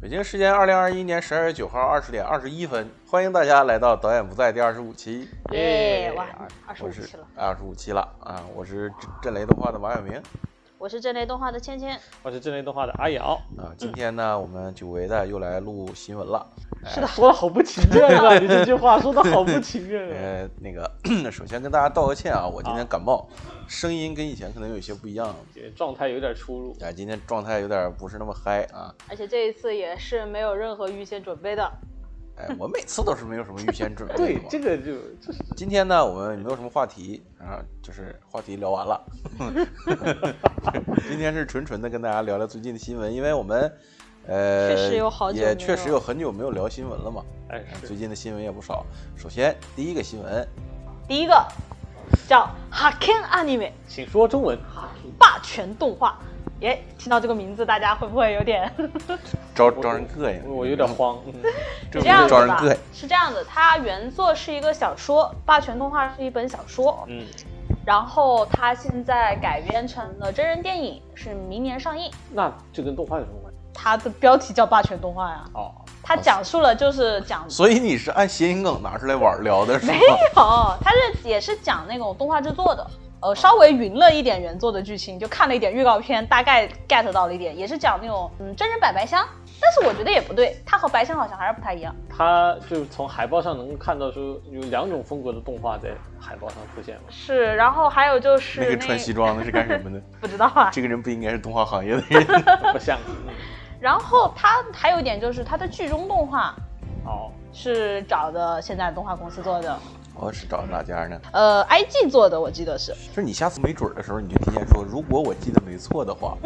北京时间二零二一年十二月九号二十点二十一分，欢迎大家来到《导演不在》第二十五期。耶，哇，二十五我是期了。二十五期了啊！我是震震雷动画的王远明我是震雷动画的芊芊，我是震雷动画的阿瑶。啊。今天呢，我们久违的又来录新闻了。是的，说的好不情 愿啊！你这句话说的好不情愿啊！呃，那个 首先跟大家道个歉啊，我今天感冒，声音跟以前可能有一些不一样这个状态有点 出入。啊。今天状态有点不是那么嗨啊。而且这一次也是没有任何预先准备的，哎，我每次都是没有什么预先准备 对的嘛。，这个就就是今天呢，我们没有什么话题，然后就是话题聊完了。 今天是纯纯的跟大家聊聊最近的新闻，因为我们呃确实有好久没也有确实有很久没有聊新闻了嘛。哎最是近的新闻也不少。首先第一个新闻，第一个叫 Haken Anime 请说中文。霸权动画。耶，听到这个名字，大家会不会有点招 我招人膈应，我我有点慌。嗯 这是不这样是子招人吧膈应。？是这样子，它原作是一个小说，霸权动画是一本小说，嗯，然后它现在改编成了真人电影，是明年上映。那这跟动画有什么关系？它的标题叫《霸权动画》呀，哦，它讲述了就是讲哦所以你是按谐音梗拿出来玩儿聊的是吗没？有，它是也是讲那种动画制作的，呃，稍微匀了一点原作的剧情，就看了一点预告片，大概 get 到了一点，也是讲那种嗯真人版白香，但是我觉得也不对，它和白香好像还是不太一样。它就是从海报上能够看到说有两种风格的动画在海报上出现了。是，然后还有就是那个穿西装的是干什么 的？不知道啊。这个人不应该是动画行业的人。不像。嗯然后它还有一点就是它的剧中动画哦，是找的现在的动画公司做的，我是找哪家呢？呃，IG 做的，我记得是。就是你下次没准儿的时候，你就提前说，如果我记得没错的话，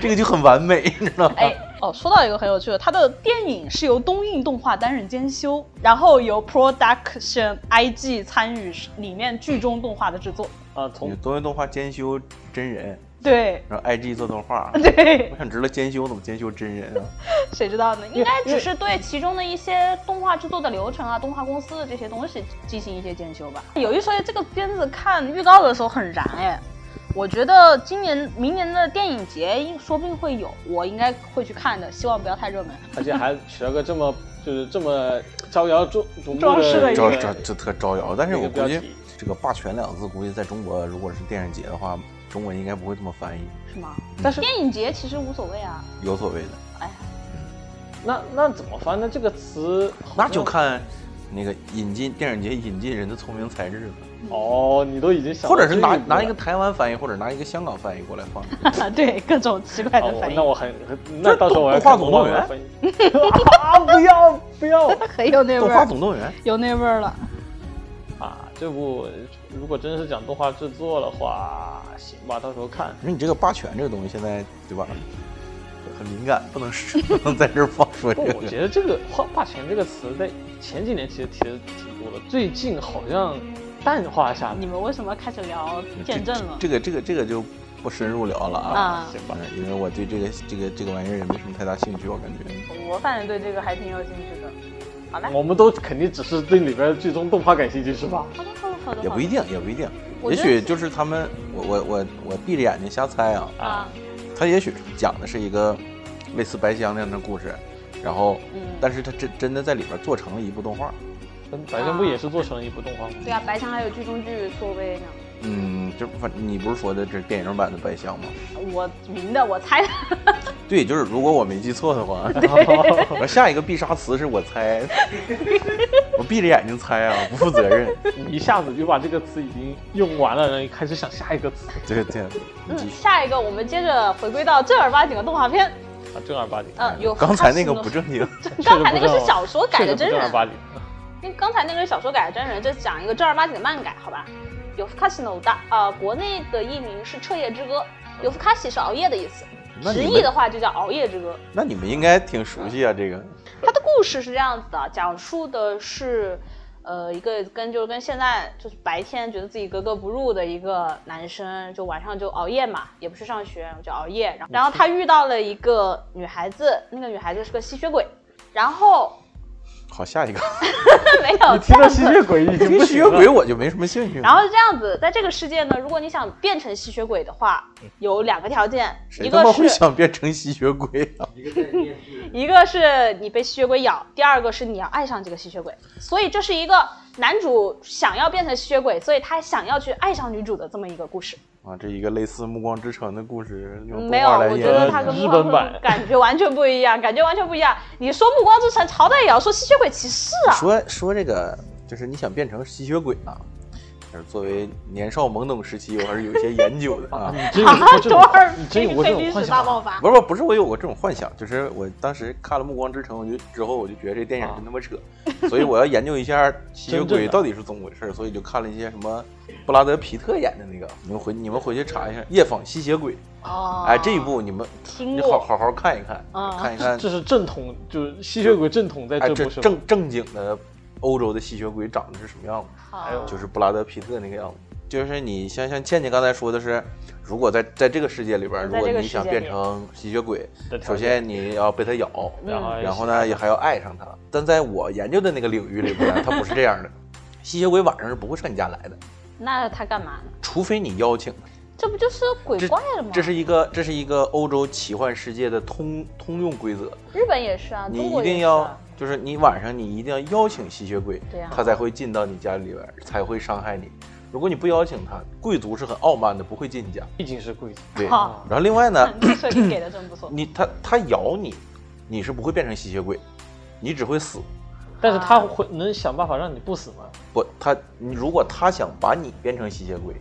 这个就很完美，你知道吗？哎，啊哦，说到一个很有趣的，它的电影是由东映动画担任监修，然后由 Production IG 参与里面剧中动画的制作。啊，从你多元动画兼修真人，对，然后 IG 做动画对我，想知道兼修怎么兼修真人啊？谁知道呢？应该因只为是对其中的一些动画制作的流程啊、动画公司的这些东西进行一些监修吧。有一说一，这个片子看预告的时候很燃哎。我觉得今年、明年的电影节应说不定会有，我应该会去看的，希望不要太热门。而且还取了个这么就是这么招摇瞩瞩目装饰的一招个招这特招摇，但是一我个估标计题这个“霸权”两个字，估计在中国如果是电影节的话，中文应该不会这么翻译，是吗？但是电影节其实无所谓啊，有所谓的，哎呀，那那怎么翻呢？这个词那就看那个引进电影节引进人的聪明才智了，哦，你都已经想到或者是拿这步了哦拿一个台湾翻译，或者拿一个香港翻译过来放。 对各种奇怪的哦反，应，那我很那到时候我要动画看总动员漫翻译 啊！不要不要很 有那动味画儿，总动员，有那味儿了。啊！这部如果真是讲动画制作的话，行吧，到时候看。你说你这个霸权这个东西现在对吧，很敏感，不能是 不能在这儿放说不，这我个。觉得这个“霸霸权”这个词在前几年其实提的挺多的，最近好像淡化下你来们为什么开始聊见证了？嗯这个这个这个就不深入聊了啊，啊行吧？嗯因为我对这个这个这个玩意儿也没什么太大兴趣，我感觉。我反正对这个还挺有兴趣的。好嘞，我们都肯定只是对里边剧中动画感兴趣，是吧？好的，好的，好的，也不一定，也不一定，我也觉得许就是他们，我我我我闭着眼睛瞎猜啊，啊，他也许讲的是一个类似白香那样的故事，然后，嗯但是他真真的在里边做成了一部动画，嗯白香不也是做成了一部动画吗？对啊，白墙还有剧中剧说呗呢。嗯，就反你不是说的这是电影版的白香吗？我明的，我猜的。 对，就是如果我没记错的话，我下一个必杀词是我猜，我闭着眼睛猜啊，不负责任。你一下子就把这个词已经用完了，然后开始想下一个词对对，你继续。嗯，下一个我们接着回归到正儿八经的动画片。啊，正儿八经。嗯，有刚才那个不正，正经，刚才那个是小说改的真确实不正人儿，八经。因为刚才那个是小说改的真人，就讲一个正儿八经的漫改，好吧？有夫卡西的大呃，国内的译名是《彻夜之歌》，有夫卡西是熬夜的意思，嗯那直你译们的话就叫熬夜之歌。那你们应该挺熟悉啊，这个。它的故事是这样子的，讲述的是，呃，一个跟就是跟现在就是白天觉得自己格格不入的一个男生，就晚上就熬夜嘛，也不去上学，就熬夜。然后然后他遇到了一个女孩子，那个女孩子是个吸血鬼，然后 好，下一个。没有你这听到样吸子。血鬼已经听不吸行血了鬼我就没什么兴趣了。然后是这样子，在这个世界呢，如果你想变成吸血鬼的话，有两个条件，一谁他个妈会是想变成吸血鬼啊？一个是你被吸血鬼咬，第二个是你要爱上这个吸血鬼。所以这是一个男主想要变成吸血鬼，所以他想要去爱上女主的这么一个故事。啊，这一个类似《暮光之城》的故事，用动没有，画来我觉演得绎他跟日暮本光之版城感觉完全不一样，感觉完全不一样。你说《暮光之城》，朝代也要说吸血鬼骑士啊，说说这个，就是你想变成吸血鬼啊，就是作为年少懵懂时期，我还是有一些研究的啊你。真有过这多种少你真有黑过这黑种历幻史大想爆吗？发。不是不是，我有过这种幻想，就是我当时看了《暮光之城》，我就之后我就觉得这电影真他妈扯， 所以我要研究一 下吸血啊真正鬼的到底是怎么回事，所以就看了一些什么布拉德皮特演的那个，你们回你们回去查一下《夜访吸血鬼》，啊哦，哎，这一部你们听你好过，好好看一看，嗯看一看这是正统，就是吸血鬼正统在哎，这这部是吧正正经的欧洲的吸血鬼长得是什么样子？哎哎呦就是布拉德皮特那个样子。就是你像像倩倩刚才说的是，如果在在这个世界里边，如在果这个你世想界变里成吸血鬼，的条首件先你要被他咬，然嗯后然后呢也还要爱上他。但在我研究的那个领域里边呢，他不是这样的。吸血鬼晚上是不会上你家来的，那他干嘛呢？除非你邀请他。这不就是鬼怪了吗？这是一个这是一个欧洲奇幻世界的通通用规则，日本也是啊，你中一国也定是要啊。就是你晚上你一定要邀请吸血鬼对啊，他才会进到你家里边，才会伤害你。如果你不邀请他，贵族是很傲慢的，不会进你家。毕竟是贵族，对，好然后另外呢，这设计给的真不错。你他他咬你，你是不会变成吸血鬼，你只会死。但是他会能想办法让你不死吗？不，他你如果他想把你变成吸血鬼，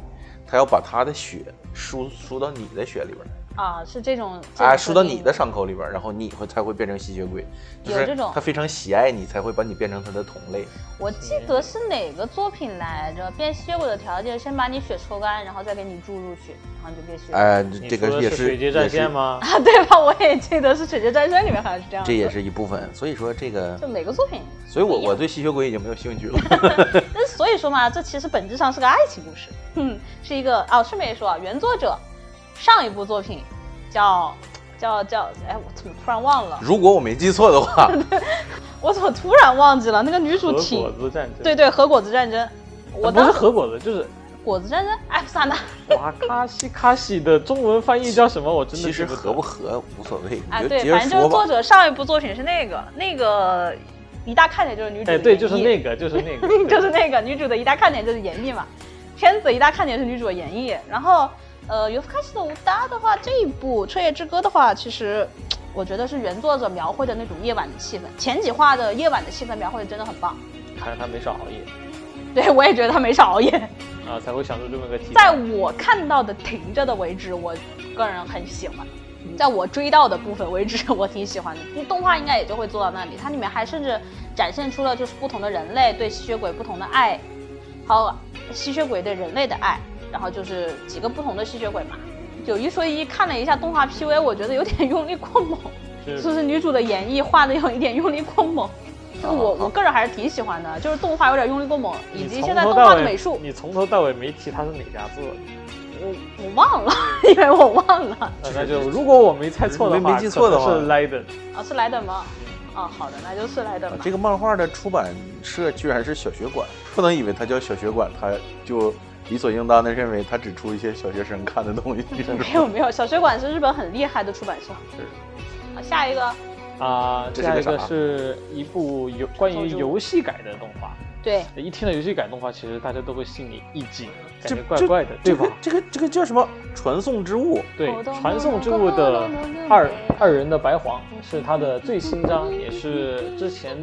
他要把他的血输输到你的血里边儿，啊，是这种哎，输到你的，伤口里边儿，然后你会才会变成吸血鬼。就有是这种他非常喜爱你，才会把你变成他的同类。这个设定我记得是哪个作品来着？变吸血鬼的条件，先把你血抽干，然后再给你注入去，然后你就变吸血鬼。哎，你这说个的也是是水也接是战线吗？ 啊，对吧？我也记得是《水晶战争》里面好像是这样子。这也是一部分。所以说这个就，每个作品，所以我不一样我对吸血鬼已经没有兴趣了。 那所以说嘛，这其实本质上是个爱情故事， 嗯，是一个哦，顺便一说啊，原作者上一部作品叫叫叫，哎，我怎么突然忘了？如果我没记错的 话，我怎么突然忘记了？那个女核主果挺子战争，对，对，和果子战争，我呃不当是时核果子， 就是果子战争，哎，不是啊那，哇卡西卡西的中文翻译叫什么？我真 的其实记合得不合无所谓，哎，你就对接，着反正就是说吧作。者上一部作品是那个那个一大看点就是女主的哎，演绎，对，就是那个，就是那个，对就是那个女主的一大看点就是演绎嘛，片子一大看点是女主的演绎。然后，呃，由开始的无搭的话，这一部《彻夜之歌》的话，其实我觉得是原作者描绘的那种夜晚的气氛，前几话的夜晚的气氛描绘的真的很棒。看来他没少熬夜对我也觉得他没少熬夜，啊，才会想出这么个题在材。我看到的停着的为止，我个人很喜欢。嗯在我追到的部分为止，我挺喜欢的。那动画应该也就会做到那里，它里面还甚至展现出了就是不同的人类对吸血鬼不同的爱，还有吸血鬼对人类的爱，然后就是几个不同的吸血鬼嘛。有一说一，看了一下动画 PV，我觉得有点用力过猛，是就是女主的演绎画的有一点用力过猛。哦这个我我个人还是挺喜欢的，就是动画有点用力过猛，以你及从现在头动到画的尾美术，你从头到尾没提他是哪家做的，我我忘了， 因为我忘了。那那就如果我没猜错的没话，没记错的话可能是 Leiden，啊，是莱德吗？啊，好的，那就是莱德啊吧。这个漫画的出版社居然是小学馆，不能以为它叫小学馆，它就理所应当的认为它只出一些小学生看的东西。没有没有，小学馆是日本很厉害的出版社。好，下一个，啊，这是下个一个啥是一部游关于游戏改的动画。对，一听到游戏改动画，其实大家都会心里一惊， 感这觉怪怪的，对这吧个？这个这个叫什么传送之物？对我，懂传送之物的二二人的白黄是他的最新章，也是之前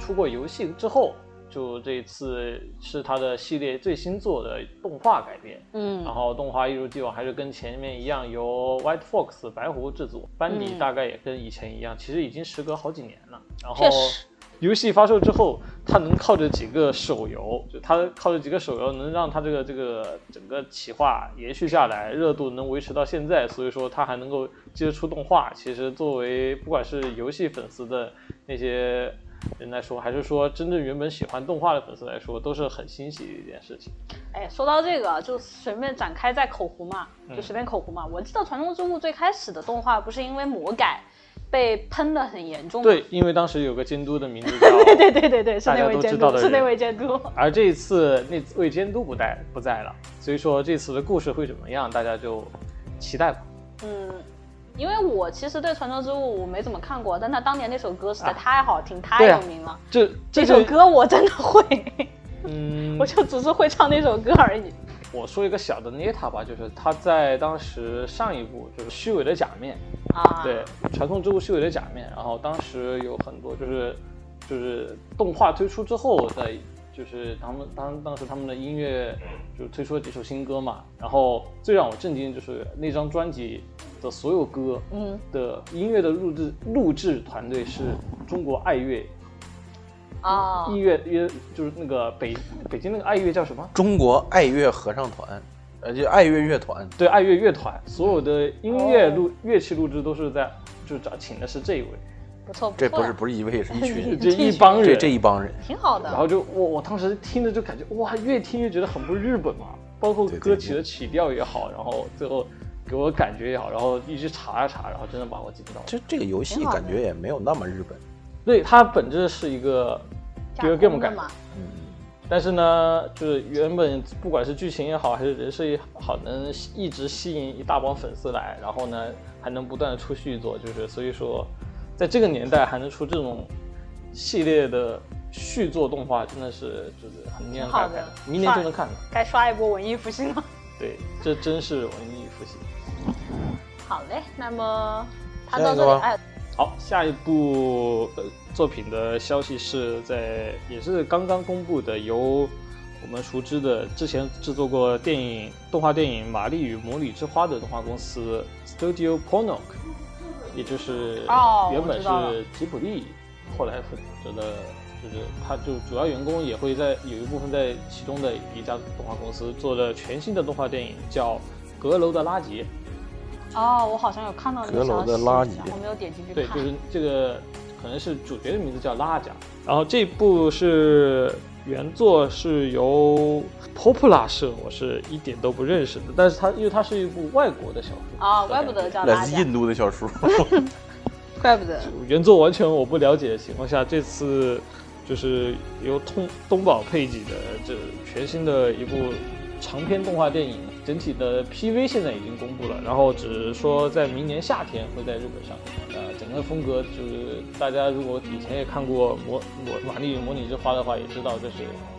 出过游戏之后，就这一次是他的系列最新作的动画改编。嗯然，后动画一如既往还是跟前面一样，由 White Fox 白狐制作，班底嗯大概也跟以前一样，其实已经时隔好几年了。然后确实游戏发售之后，它能靠着几个手游，就它靠着几个手游能让它这个这个整个企划延续下来，热度能维持到现在，所以说它还能够接触动画。其实作为不管是游戏粉丝的那些呃人来说，还是说真正原本喜欢动画的粉丝来说，都是很欣喜的一件事情。哎，说到这个，就随便展开嗯在口胡嘛，就随便口胡嘛。我记得《传送之物》最开始的动画不是因为魔改，被喷的很严重。，对，因为当时有个监督的名字叫对对对对对，是大家那位都监知道督，的是那人位监督。而这一次那位监督不在不在了，所以说这次的故事会怎么样，大家就期待吧。嗯，因为我其实对《传说之物》我没怎么看过，但他当年那首歌实在啊太好听、太对啊有名了。这这这首就，歌我真的会， 嗯，我就只是会唱那首歌而已。我说一个小的捏他吧，就是他在当时上一部就是《虚伪的假面》，啊，对，《传送之物：虚伪的假面》，然后当时有很多就是就是动画推出之后的，就是他们当当时他们的音乐就推出了几首新歌嘛，然后最让我震惊的就是那张专辑的所有歌嗯的音乐的录制录制团队是中国爱乐啊，音乐乐就是那个北北京那个爱乐叫什么？中国爱乐合唱团，呃，就爱乐乐团，对爱乐乐团，所有的音哦乐录、乐器录制都是在，就是找请的是这一位，不错不这错，不是不是一位，是一群人，这一帮这人，这一帮人，挺好然的。后就我我当时听着就感觉哇，越听越觉得很不日本嘛，包括对对歌对曲的曲调也好，然后最后给我感觉也好，然后一直查啊查，然后真的把我激动到了。这这个游戏挺好的感觉也没有那么日本，对，它本质是一个架 girl 空 game 的感，嘛，嗯，但是呢，就是原本不管是剧情也好，还是人设也好，能一直吸引一大帮粉丝来，然后呢，还能不断的出续作，就是所以说，在这个年代还能出这种系列的续作动画，真的是就是很令人感挺好慨的明年就能看到。该刷一波文艺复兴了。 对，这真是文艺复兴。好嘞，那么谈下到一这个里，吧哎，好，下一部呃作品的消息是在也是刚刚公布的，由我们熟知的之前制作过电影动画电影《玛丽与魔女之花》的动画公司 Studio Ponok，也就是哦原我本知道是吉卜力，后来负责的，就是他就主要员工也会在有一部分在其中的一家动画公司做了全新的动画电影，叫《阁楼的拉杰》。哦，我好像有看到这个阁楼消息，的垃圾我没有点进去对，看。就是这个，可能是主角的名字叫拉贾。然后这部是原作是由 Popula 社，我是一点都不认识的，但是它因为它是一部外国的小说啊，怪不得叫来垃自圾，印度的小说，怪不得。原作完全我不了解的情况下，这次就是由东东宝配给的这全新的一部长篇动画电影，整体的 PV 现在已经公布了，然后只是说在明年夏天会在日本上映。呃，整个风格就是大家如果以前也看过《魔魔玛丽与魔女之花》的话，也知道这是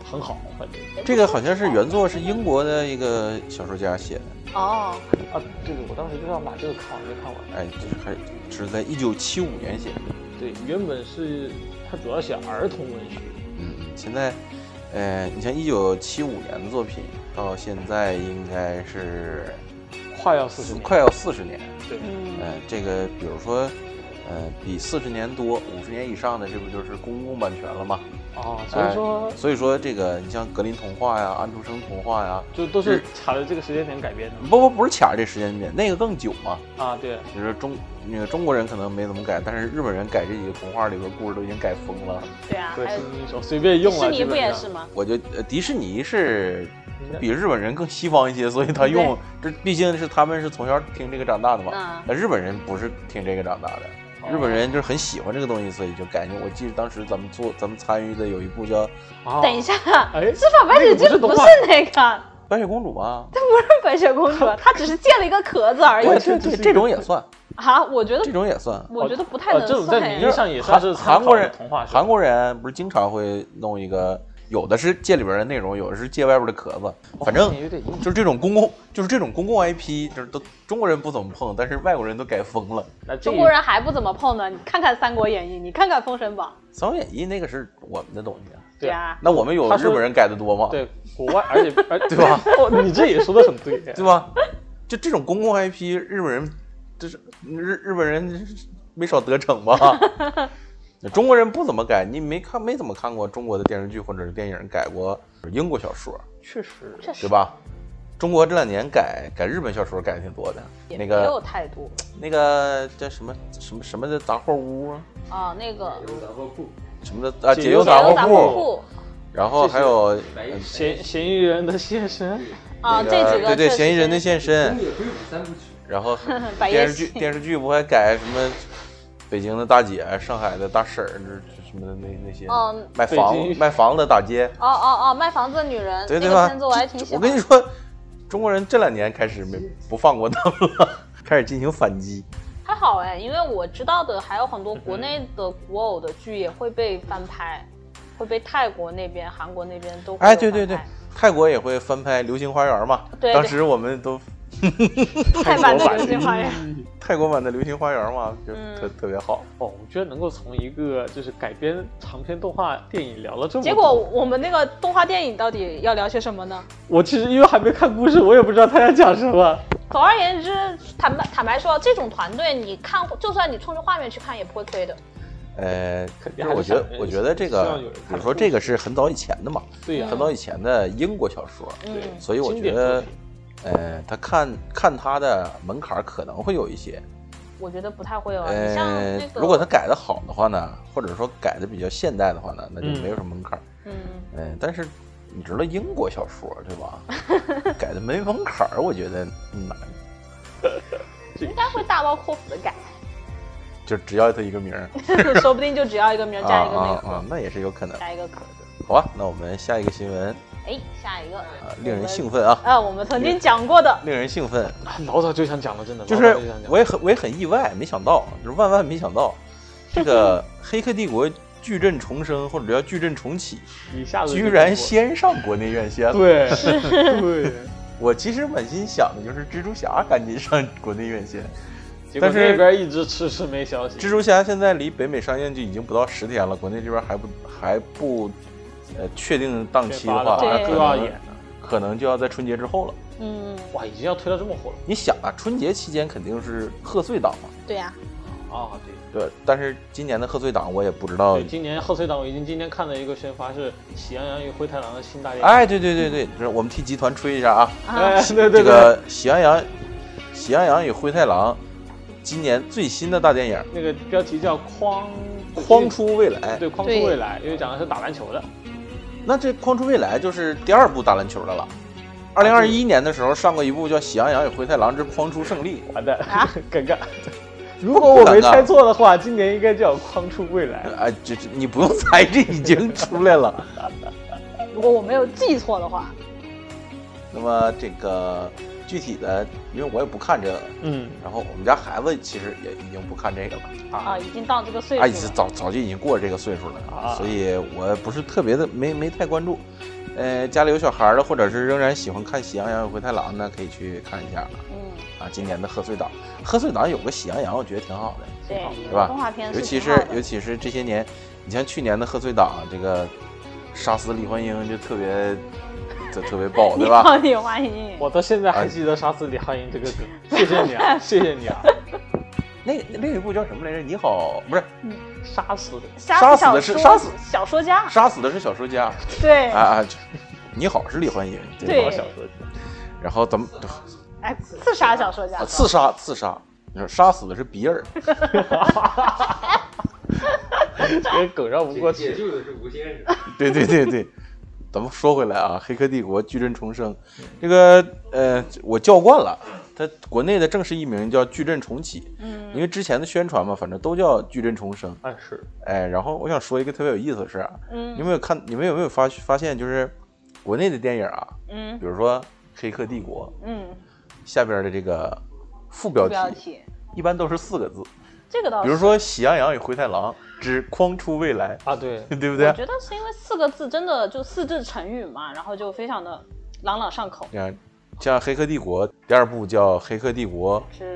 很好，反正 这个好像是原作是英国的一个小说家写的，哦，啊，这个我当时就要把这个看完，没看完。哎，就是还是在一九七五年写的，对，原本是它主要写儿童文学，嗯，现在，呃，你像一九七五年的作品，到现在应该是快要四十年，快要四十年，对。嗯，呃，这个比如说，呃，比四十年多、五十年以上的，这不就是公共版权了吗？哦，所以说哎所以说这个，你像格林童话呀、安徒生童话呀，就都是卡着这个时间点改编的不不不是卡着这时间点，那个更久嘛。啊，对，就是中那个中国人可能没怎么改，但是日本人改这几个童话里边故事都已经改疯了。对啊，还有英手随啊便用迪了，士尼不也是吗？我觉得呃迪士尼是应该比日本人更西方一些，所以他用这毕竟是他们是从小听这个长大的嘛嗯。那日本人不是听这个长大的，日本人就是很喜欢这个东西，所以就改。我记得当时咱们做咱们参与的有一部叫《啊？等一，下，哎执法白那血个不精是动不画是那个，白雪公主》吗？它不是白雪公主，它只是借了一个壳子而已对哎这对这对，是这种也算，啊。我觉这得，种也算。我觉得不太呃，能这种算在哎。名义上也算是韩韩国人参考的童话是吧韩国人不是经常会弄一个，有的是借里边的内容，有的是借外边的壳子，反正哦有点硬就是这种公共，就是这种公共 IP，就是都中国人不怎么碰，但是外国人都改疯了。那这中国人啊还不怎么碰呢。你看看《三国演义》，你看看《封神榜《三国演义》那个是我们的东西啊，》，对啊，啊，那我们有他日说本人改的多吗？对国外，而且而 对 吧？哦你这也说的很对， 对吧？就这种公共 IP，日本人就是日日本人没少得逞吧？ 中国人不怎么改，你没看没怎么看过中国的电视剧或者是电影改过英国小说，确实确对实吧？中国这两年改改日本小说改的挺多的，也那没有个太多那个叫什么什么什么的杂货屋啊，啊。那个什么的啊解解忧忧解杂忧货杂货铺，铺然后还有呃嫌嫌疑人的现身，啊，那这几个对对确实嫌疑人的是现身 东，野圭吾三部曲，然后百电叶视剧戏电视剧不还改什么北京的大姐、上海的大婶儿这什么的那那些嗯，卖北房京卖房子打街，哦哦哦，卖房子的女人对对那个吧片子我还挺？喜我欢。跟你说，中国人这两年开始没不放过他们了，开始进行反击。还好哎，因为我知道的还有很多国内的古偶的剧也会被翻拍，会被泰国那边、韩国那边都会哎，有对对翻对拍，泰国也会翻拍《流星花园》嘛，对当对时我们都泰国版的版嗯流星花园。泰国版的《流星花园》嘛，就特、嗯特别好。哦，我觉得能够从一个就是改编长篇动画电影聊了这么多，结果我们那个动画电影到底要聊些什么呢？我其实因为还没看故事，我也不知道他要讲什么。总而言之，坦白坦白说，这种团队你看，就算你冲着画面去看也不会亏的。呃，肯因定还为是我觉得我想，人觉得这个希望有人，看比如说这个是很早以前的嘛，对呀、很早以前的英国小说，嗯对，所以我嗯经觉典得作品，呃，他看看他的门槛儿可能会有一些，我觉得不太会有啊。你像呃那，个，如果他改的好的话呢，或者说改的比较现代的话呢，那就没有什么门槛儿。嗯，嗯，但是你知道英国小说对吧？ 改的没门槛儿，我觉得难，应该会大刀阔斧的改， 就只要他一个名儿说不定就只要一个名儿啊加一个啊那个啊壳，，那也是有可能。加一个壳。好吧，那我们下一个新闻哎，下一个啊，令人兴。奋啊，啊，我们曾经讲过的，令人兴奋，啊老早就想讲了，真的，哎就老是早想讲我也很我也很意外，没想到，就是万万没想到，这 个《黑客帝国》矩阵重生或者叫矩阵重启，一下子就居然中国先上国内院线了。 对对，我其实满心想的就是蜘蛛侠 赶紧上国内院线，结果但是那边一直迟迟没消息。蜘蛛侠现在离北美上映就已经不到十天了，国内这边还不还不呃确定档期的话，对那都可要能演了，可能就要在春节之后了。嗯，哇，已经要推到这么火了你想啊，春节期间肯定是贺岁档嘛，对呀、啊！对。对。但是今年的贺岁档我也不知道对，，今年贺岁档我已经今天看了一个宣发是《喜羊羊与灰太狼》的新大电影。哎，对对对对，这我们替集团吹一下啊，啊，哎， 对这对对，个《喜羊羊喜羊羊与灰太狼》今年最新的大电影那个标题叫《框《框出未来》，对，框出对未来，因为讲的是打篮球的。那这《框出未来》就是第二部打篮球的了。二零二一年的时候上过一部叫《喜羊羊与灰太狼之框出胜利完蛋啊， 尴尬。如果我没猜错的话，今年应该叫《框出未》，来》。哎，这这你不用 猜，这已经出来了。如果我没有记错的话，那么这个具体的，因为我也不看这个，嗯然后我们家孩子其实也已经不看这个了，啊，已经到这个岁他已数经了，早早就已经过这个岁数了，啊所以我不是特别的没没太关注。呃，家里有小孩的，或者是仍然喜欢看《喜羊羊与灰太狼》的，可以去看一下嗯，啊。今年的贺岁档，贺岁档有个《喜羊羊》，我觉得挺好的。对，是吧动画片尤其挺好是的 尤其是这些年，你像去年的贺岁档，这个杀死李焕英就特别，就特别爆，对你吧？好，你欢迎，我到现在还记得杀死李汉英这个梗，谢谢你啊，谢谢你 啊！那另一部叫什么来着？你好，不是杀死杀死小的是说杀死小 说家，杀死的是小说家对，啊啊！就你好是李焕英，对对好小说家，然后怎么哎，刺杀小说家，啊刺杀刺杀？你说杀死的是比尔，这个梗绕不过解去。救的是吴先生。 对对对对。咱们说回来啊，《黑客帝国：矩阵重生》嗯这个呃，我叫惯了，它国内的正式译名叫《矩阵重启》，嗯因为之前的宣传嘛，反正都叫《矩阵重生》。暗示哎，然后我想说一个特别有意思的事啊，你嗯们有看，你们有没有发发现，就是国内的电影啊，嗯比如说《黑客帝国嗯，》下边的这个副标标题，题，哦一般都是四个字，这个倒比是，如说《喜羊羊与灰太狼之框出未来，啊，对》，对不我对？觉得是因为四个字真的就四字成语嘛，然后就非常的朗朗上口，这样，像《黑客帝国》第二部叫《黑客帝国是，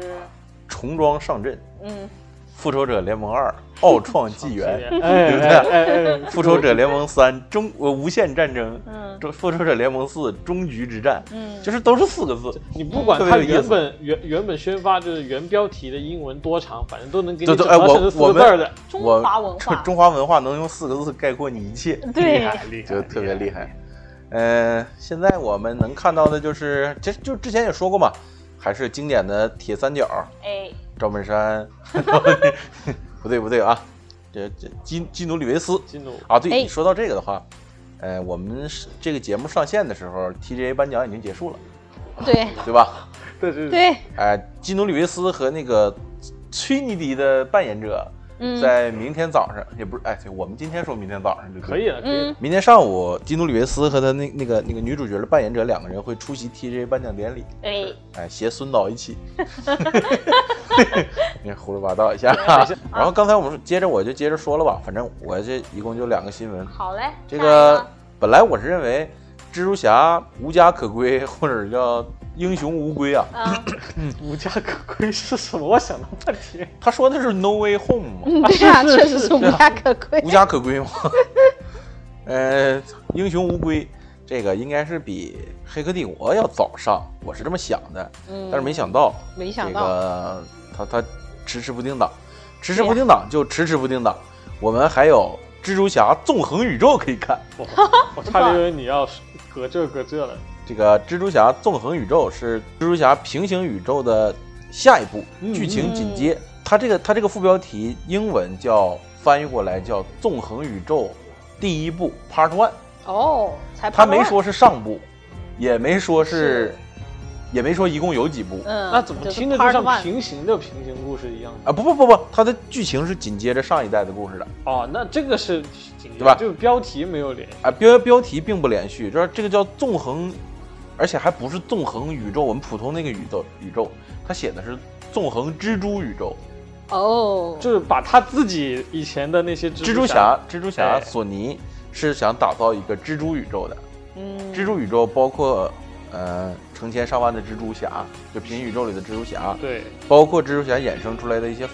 重装上阵》，《嗯，复仇者联盟二：奥创纪元》哎哎哎哎， 《复仇者联盟三》终呃无限战争，嗯中《复仇者联盟四》终局之战，嗯就是都是四个字，你不管特别它有意原思本原原本宣发就是原标题的英文多长，反正都能给你对对整哎到我甚至四我个们字儿的，中我华文 化中中华文化能用四个字概括你一切，对，厉觉得特别厉害。呃，现在我们能看到的就是，这就之前也说过嘛，还是经典的铁三角，哎，赵本山， 不对不对啊，这这基基努里维斯激怒啊，对哎你说到这个的话，呃，我们是这个节目上线的时候，TGA 颁奖已经结束了，对 对吧？对对，对，哎、基努里维斯和那个崔尼迪的扮演者嗯在明天早上，也不是，哎，对我们今天说明天早上就可以。了，可以了。嗯明天上午，基努里维斯和他那那个那个女主角的扮演者两个人会出席 TJ 颁奖典礼，哎，哎，携孙导一起， 你看胡说八道一下。 然后刚才我们说接着我就接着说了吧，反正我这一共就两个新闻，好嘞，这下一 个个本来我是认为蜘蛛侠无家可归，或者叫英雄无归啊，嗯，无家可归是什么？我想了半 天。他说的是 No Way Home 嘛，嗯，对啊，是是确实是无家可归。 无家可归嘛。呃，英雄无归这个应该是比《黑客帝国》要早上，我是这么想的，嗯，但是没想到，没想这到，个他他迟迟不定档，迟迟不定档就迟迟不定档，我们还有蜘蛛侠纵横宇宙可以看。我我差点以为你要隔这隔这了。这个蜘蛛侠纵横宇宙是蜘蛛侠平行宇宙的下一步，嗯剧情紧接。它这个它这个副标题英文叫翻译过来叫纵横宇宙第一部 Part One，哦，才它没 Part 说是上部，也没说是是，也没说一共有几部 one，。嗯，那怎么就是听着就 Part 像 one 平行的平行故事一样？啊不不不不，它的剧情是紧接着上一代的故事的哦，那这个是紧接对吧就标题没有联系。啊，标标题并不连续，这这个叫纵横，而且还不是纵横宇宙，我们普通那个宇宙宇宙，它写的是纵横蜘蛛宇宙，哦，就是把他自己以前的那些蜘蜘蛛侠侠，蜘蛛侠，哎索尼是想打造一个蜘蛛宇宙的。嗯，蜘蛛宇宙包括呃成千上万的蜘蛛侠，就平行宇宙里的蜘蛛侠，对，包括蜘蛛侠衍生出来的一些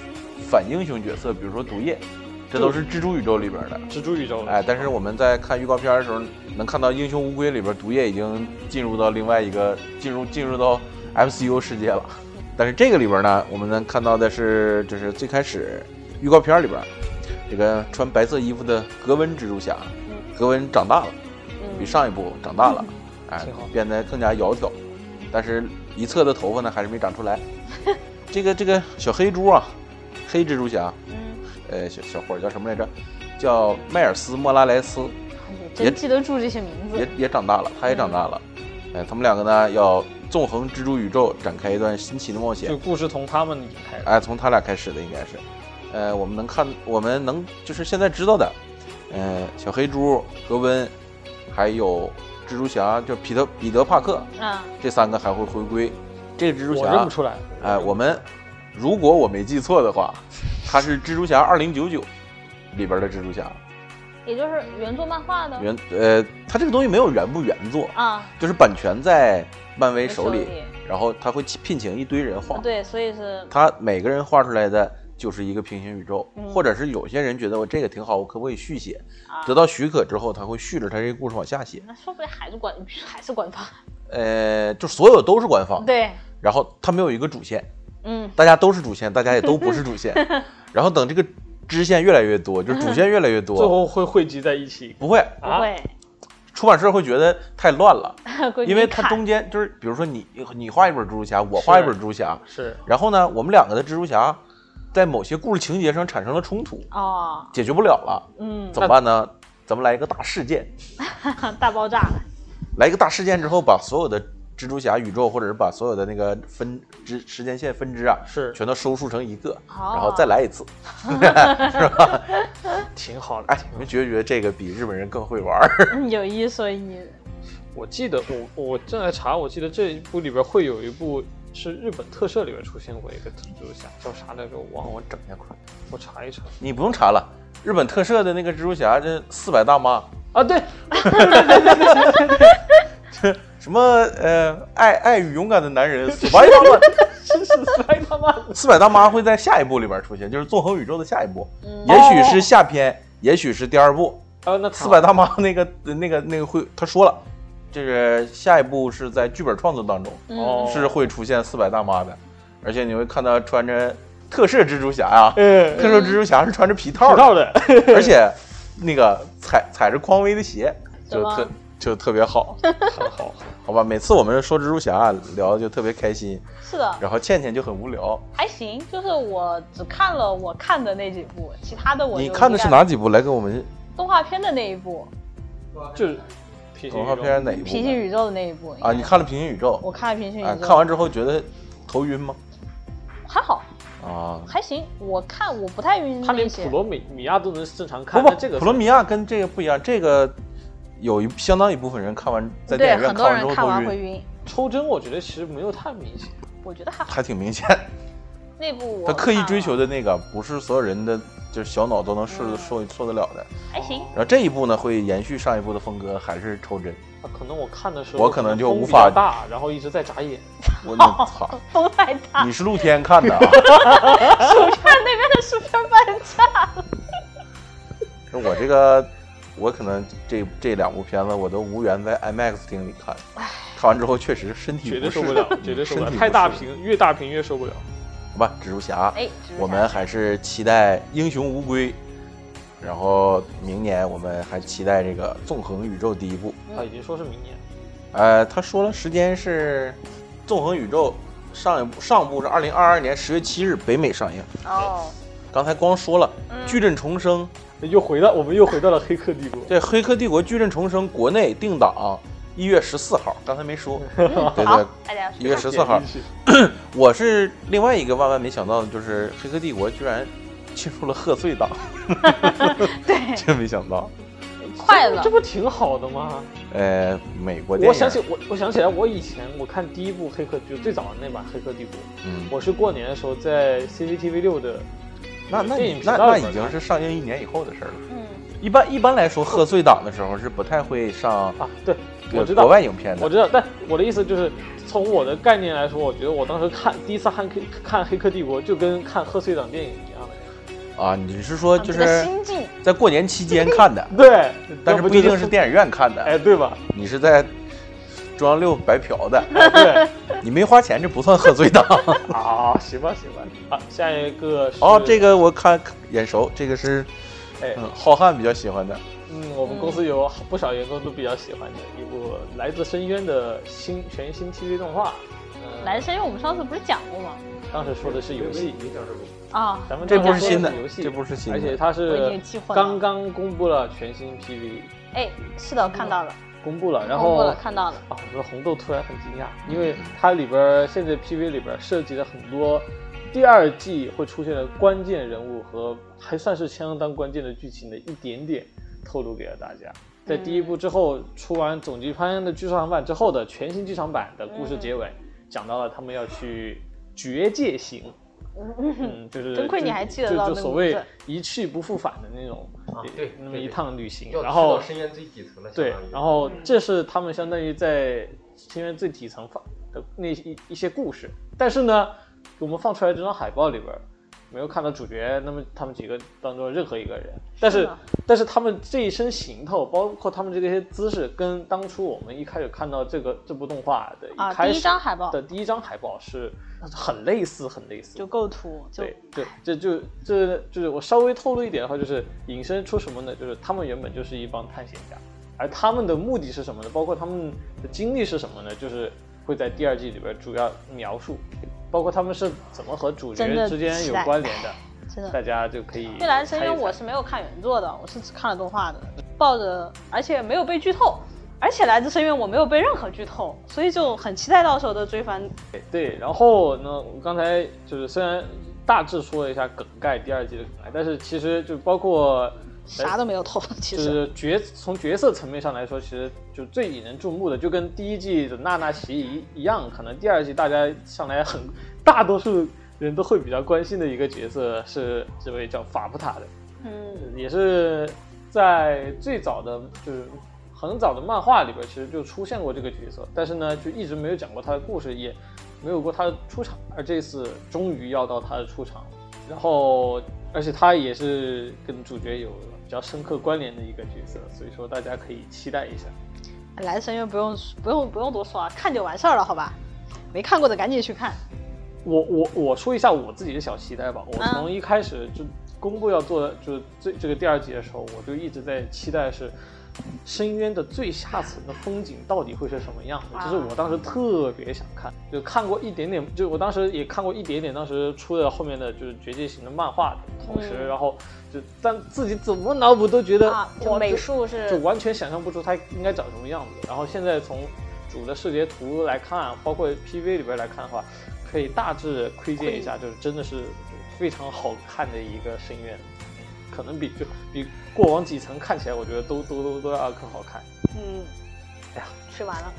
反英雄角色，比如说毒液，这都是蜘蛛宇宙里边的。蜘蛛宇宙。哎，但是我们在看预告片的时候，能看到《英雄无归》里边毒液已经进入到另外一个进入进入到 MCU 世界了。但是这个里边呢，我们能看到的是，就是最开始预告片里边，这个穿白色衣服的格温蜘蛛侠，嗯格温长大了，嗯比上一部长大了，哎挺好，变得更加窈窕，但是一侧的头发呢还是没长出 来。这个这个小黑猪啊，黑蜘蛛侠，嗯，呃，小小伙儿叫什么来着？叫迈尔斯·莫拉莱斯，哎也真记得住这些名也字。也长大了，他也长大了。嗯哎，他们两个呢要纵横蜘蛛宇宙，展开一段新奇的冒就险。故事从他们开始。哎，从他俩开始的应该是，呃，我们能看，我们能就是现在知道的，呃，小黑猪、格温，还有蜘蛛侠叫彼得彼得帕克，啊，这三个还会回归。这个蜘蛛我认侠不，出来。哎，我们如果我没记错的话，他是蜘蛛侠二零九九里边的蜘蛛侠。也就是原作漫画的原呃，他这个东西没有原不原作，啊，就是版权在漫威手里手里，嗯然后他会聘请一堆人画，对，所以是他每个人画出来的就是一个平行宇宙，或者是有些人觉得我这个挺好，我可不可以续写？啊得，到许可之后，他会续着他这个故事往下写，那说不定还是官 还是官方，呃，就所有都是官方，哦对，然后他没有一个主线，嗯，大家都是主线，大家也都不是主线，然后等这个支线越来越多，就是主线越来越 最多，后会汇集在一起不会，不啊？会，出版社会觉得太乱了。估计因为一它砍中间就是，比如说你你画一本蜘蛛侠，我画一本蜘蛛侠，是然后呢，我们两个的蜘蛛侠在某些故事情节上产生了冲突，哦，解决不了了，嗯，怎么办呢？咱们来一个大事件， 大爆 炸，来一个大事件之后，把所有的蜘蛛侠宇宙，或者是把所有的那个分支时间线分支啊，是全都收束成一个，哦然后再来一次，是吧？挺好的哎。，你们觉不觉得这个比日本人更会玩儿？ 嗯有一说一， 我记得我我正在查，我记得这一部里边会有一部是日本特摄里边出现过一个蜘蛛侠，叫啥来着？我忘了，我整整一下快，我查一查你不用查了，日本特摄的那个蜘蛛侠，这四百大妈。啊。对，什么呃，爱爱与勇敢的男人， 死白大妈，是是塞他妈的四百大妈会在下一部里边出现，就是纵横宇宙的下一部，嗯也许是下篇，也许是第二部。啊！那四百大妈那个那个那个会，他说了，这个下一步是在剧本创作当中嗯哦是会出现四百大妈的，而且你会看到穿着特摄蜘蛛侠啊，呃，特摄蜘蛛侠是穿着皮套的，知道的， 而且那个踩踩着匡威的鞋，就特就特别好， 很好。好吧？每次我们说蜘蛛侠聊的就特别开心。是的，然后倩倩就很无聊。还行，就是我只看了我看的那几部，其他的我就你看的是一概哪几部？来给我们动画片的那一部，就是平行动宇画宙片哪一部？平行宇宙的那一部啊啊，你看了平行宇宙我看了平行宇宙，啊？看完之后觉得头晕吗？还好，啊。还行。我看我不太晕他连那普些，罗米米亚都能正常不看，不那，这个普罗米亚跟这个不一样，这个有一相当一部分人看完在电对，影院很多完人之后看完头会晕，晕。抽帧，我觉得其实没有太明显。我觉得还好，还挺明显。那部我他刻意看追了求的那个，不是所有人的就是小脑都能受得嗯受受得了 的。还行。然后这一部呢，会延续上一部的风格，还是抽帧。啊可能我看的时候，我可能就风无比较法大，然后一直在眨眼。 我嗯哦那操，风太大，你是露天看的啊？我看 那边的是片半价。我这个，我可能这这两部片子我都无缘在 IMAX 厅里看，看完之后确实身体绝不对受适嗯不了，绝对受不了， 身体太不大适屏，越大屏越受不了。好吧，蜘蛛侠，哎，蜘蛛侠我们还是期待英雄无归，然后明年我们还期待这个纵横宇宙第一部。啊，已经说是明年，呃，他说了，时间是纵横宇宙上一部上部是二零二二年十月七日北美上映。哦，刚才光说了嗯《矩阵重生》又回到我们又回到了黑客帝国。对《黑客帝国：矩阵重生》国内定档一月十四号，刚才没 说。嗯对好对，大家一月十点四号进，去我是另外一个万万没想到的，就是《黑客帝国》居然进入了贺岁 档，对真没想到。快这不了这不挺好的吗？呃，美国电影，我想起我，我想起来，我以前我看第一部黑客，就最早的那版《黑客帝国》，嗯，我是过年的时候在 CCTV 六的那那电影你频那道那里边已经看是上映一年以后的事儿了。嗯，一般一般来说，贺岁档的时候是不太会上啊，对，国我知道国，外影片我的。知道，但我的意思就是，从我的概念来说，我觉得我当时看第一次看黑看《黑客帝国》，就跟看贺岁档电影一样。，啊，你是说我就们的是心境在过年期间看的对，但是不一定是电，电影院看的，哎，对吧？你是在中央六白嫖 的，对你没花钱，这不算贺岁档。 啊，行吧，行吧。好，下一个是哦，这个我看眼熟，这个是哎，嗯浩瀚比较喜欢的。嗯，我们公司有不少员工都比较喜欢的一部《来自深渊》的新全新 TV 动画。嗯来生，因为我们上次不是讲过吗？当时说的是游戏，啊，咱们这当部时是说新的游戏，这部是新的而且它我已是经记混了刚刚公布了全新 PV，哎，是的，看到了，公布了，然通过后了，看到了，啊，我说红豆突然很惊讶，嗯因为它里边儿现在 PV 里边儿涉及了很多第二季会出现的关键人物和还算是相当关键的剧情的一点点透露给了大家。在第一部之后出完总集篇的剧场版之后的全新剧场版的故事结尾，嗯讲到了他们要去绝界行， 嗯，就是真亏你还记得就到就那所个谓名字一去不复返的那种，啊对那么对一对趟旅行，要然知后道深渊最底层了，对相当，于嗯然后这是他们相当于在深渊最底层放的那一一些故事，但是呢，我们放出来这张海报里边儿没有看到主角，那么他们几个当中任何一个人，但是的但是他们这一身行头，包括他们这些姿势，跟当初我们一开始看到这个这部动画的啊一开第始一张海报的第一张海报是很类似，很类 似，就构图，就对，对，这就这就是我稍微透露一点的话，就是引申出什么呢？就是他们原本就是一帮探险家，而他们的目的是什么呢？包括他们的经历是什么呢？就是会在第二季里边主要描述，包括他们是怎么和主真的角之间期有待关联的，真的大家就可以《未来深猜渊一》猜我是没有看原作的，我是只看了动画的，抱着而且没有被剧透，而且《来自深渊》我没有被任何剧透，所以就很期待到时候的追番。哎对，然后呢，我刚才就是虽然大致说了一下梗概第二季的梗概，但是其实就包括啥都没有透，其就实是角从角色层面上来说，其实就最引人注目的，就跟第一季的娜娜奇一一样，可能第二季大家上来很大多数人都会比较关心的一个角色是这位叫法布塔的，嗯，也是在最早的就是很早的漫画里边，其实就出现过这个角色，但是呢，就一直没有讲过他的故事，也没有过他的出场，而这次终于要到他的出场了。然后，而且他也是跟主角有比较深刻关联的一个角色，所以说大家可以期待一下。 《来自深渊》不用不用不用多说啊，看就完事儿了，好吧？没看过的赶紧去看。我我我说一下我自己的小期待吧。我嗯从一开始就公布要做的就是最这个第二集的时候，我就一直在期待是深渊的最下层的风景到底会是什么样的。啊这是我当时特别想看，就看过一点点，就我当时也看过一点点，当时出的后面的就是《绝界型的漫画的同时，嗯然后就但自己怎么脑补都觉得啊，就哇美这术就是完全想象不出它应该长什么样子。然后现在从主的视觉图来看，包括 PV 里边来看的话，可以大致窥见一下，就是真的是非常好看的一个深渊，可能比就比过往几层看起来，我觉得都都都都要更好看。嗯，哎呀，吃完了，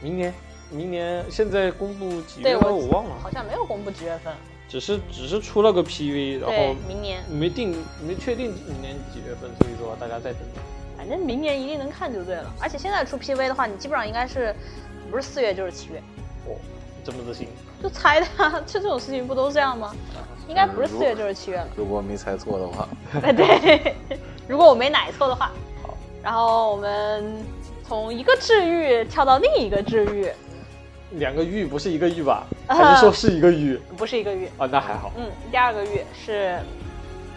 明年，明年现在公布几月对了？我我忘好了，像没有公布几月份。只是只是出了个 PV，然对后，明年，没定没确定明年几月份，所以说大家再等。反正明年一定能看就对了。而且现在出 PV 的话，你基本上应该是不是四月就是七月，哦，这么自信，就猜的啊。就这种事情不都这样吗？应该不是四月就是七月了。如果没猜错的话， 哎，对，如果我没奶错的话。然后我们从一个治愈跳到另一个治愈，两个玉不是一个玉吧？啊还是说是一个玉不是一个月，啊？那还好，嗯，第二个月是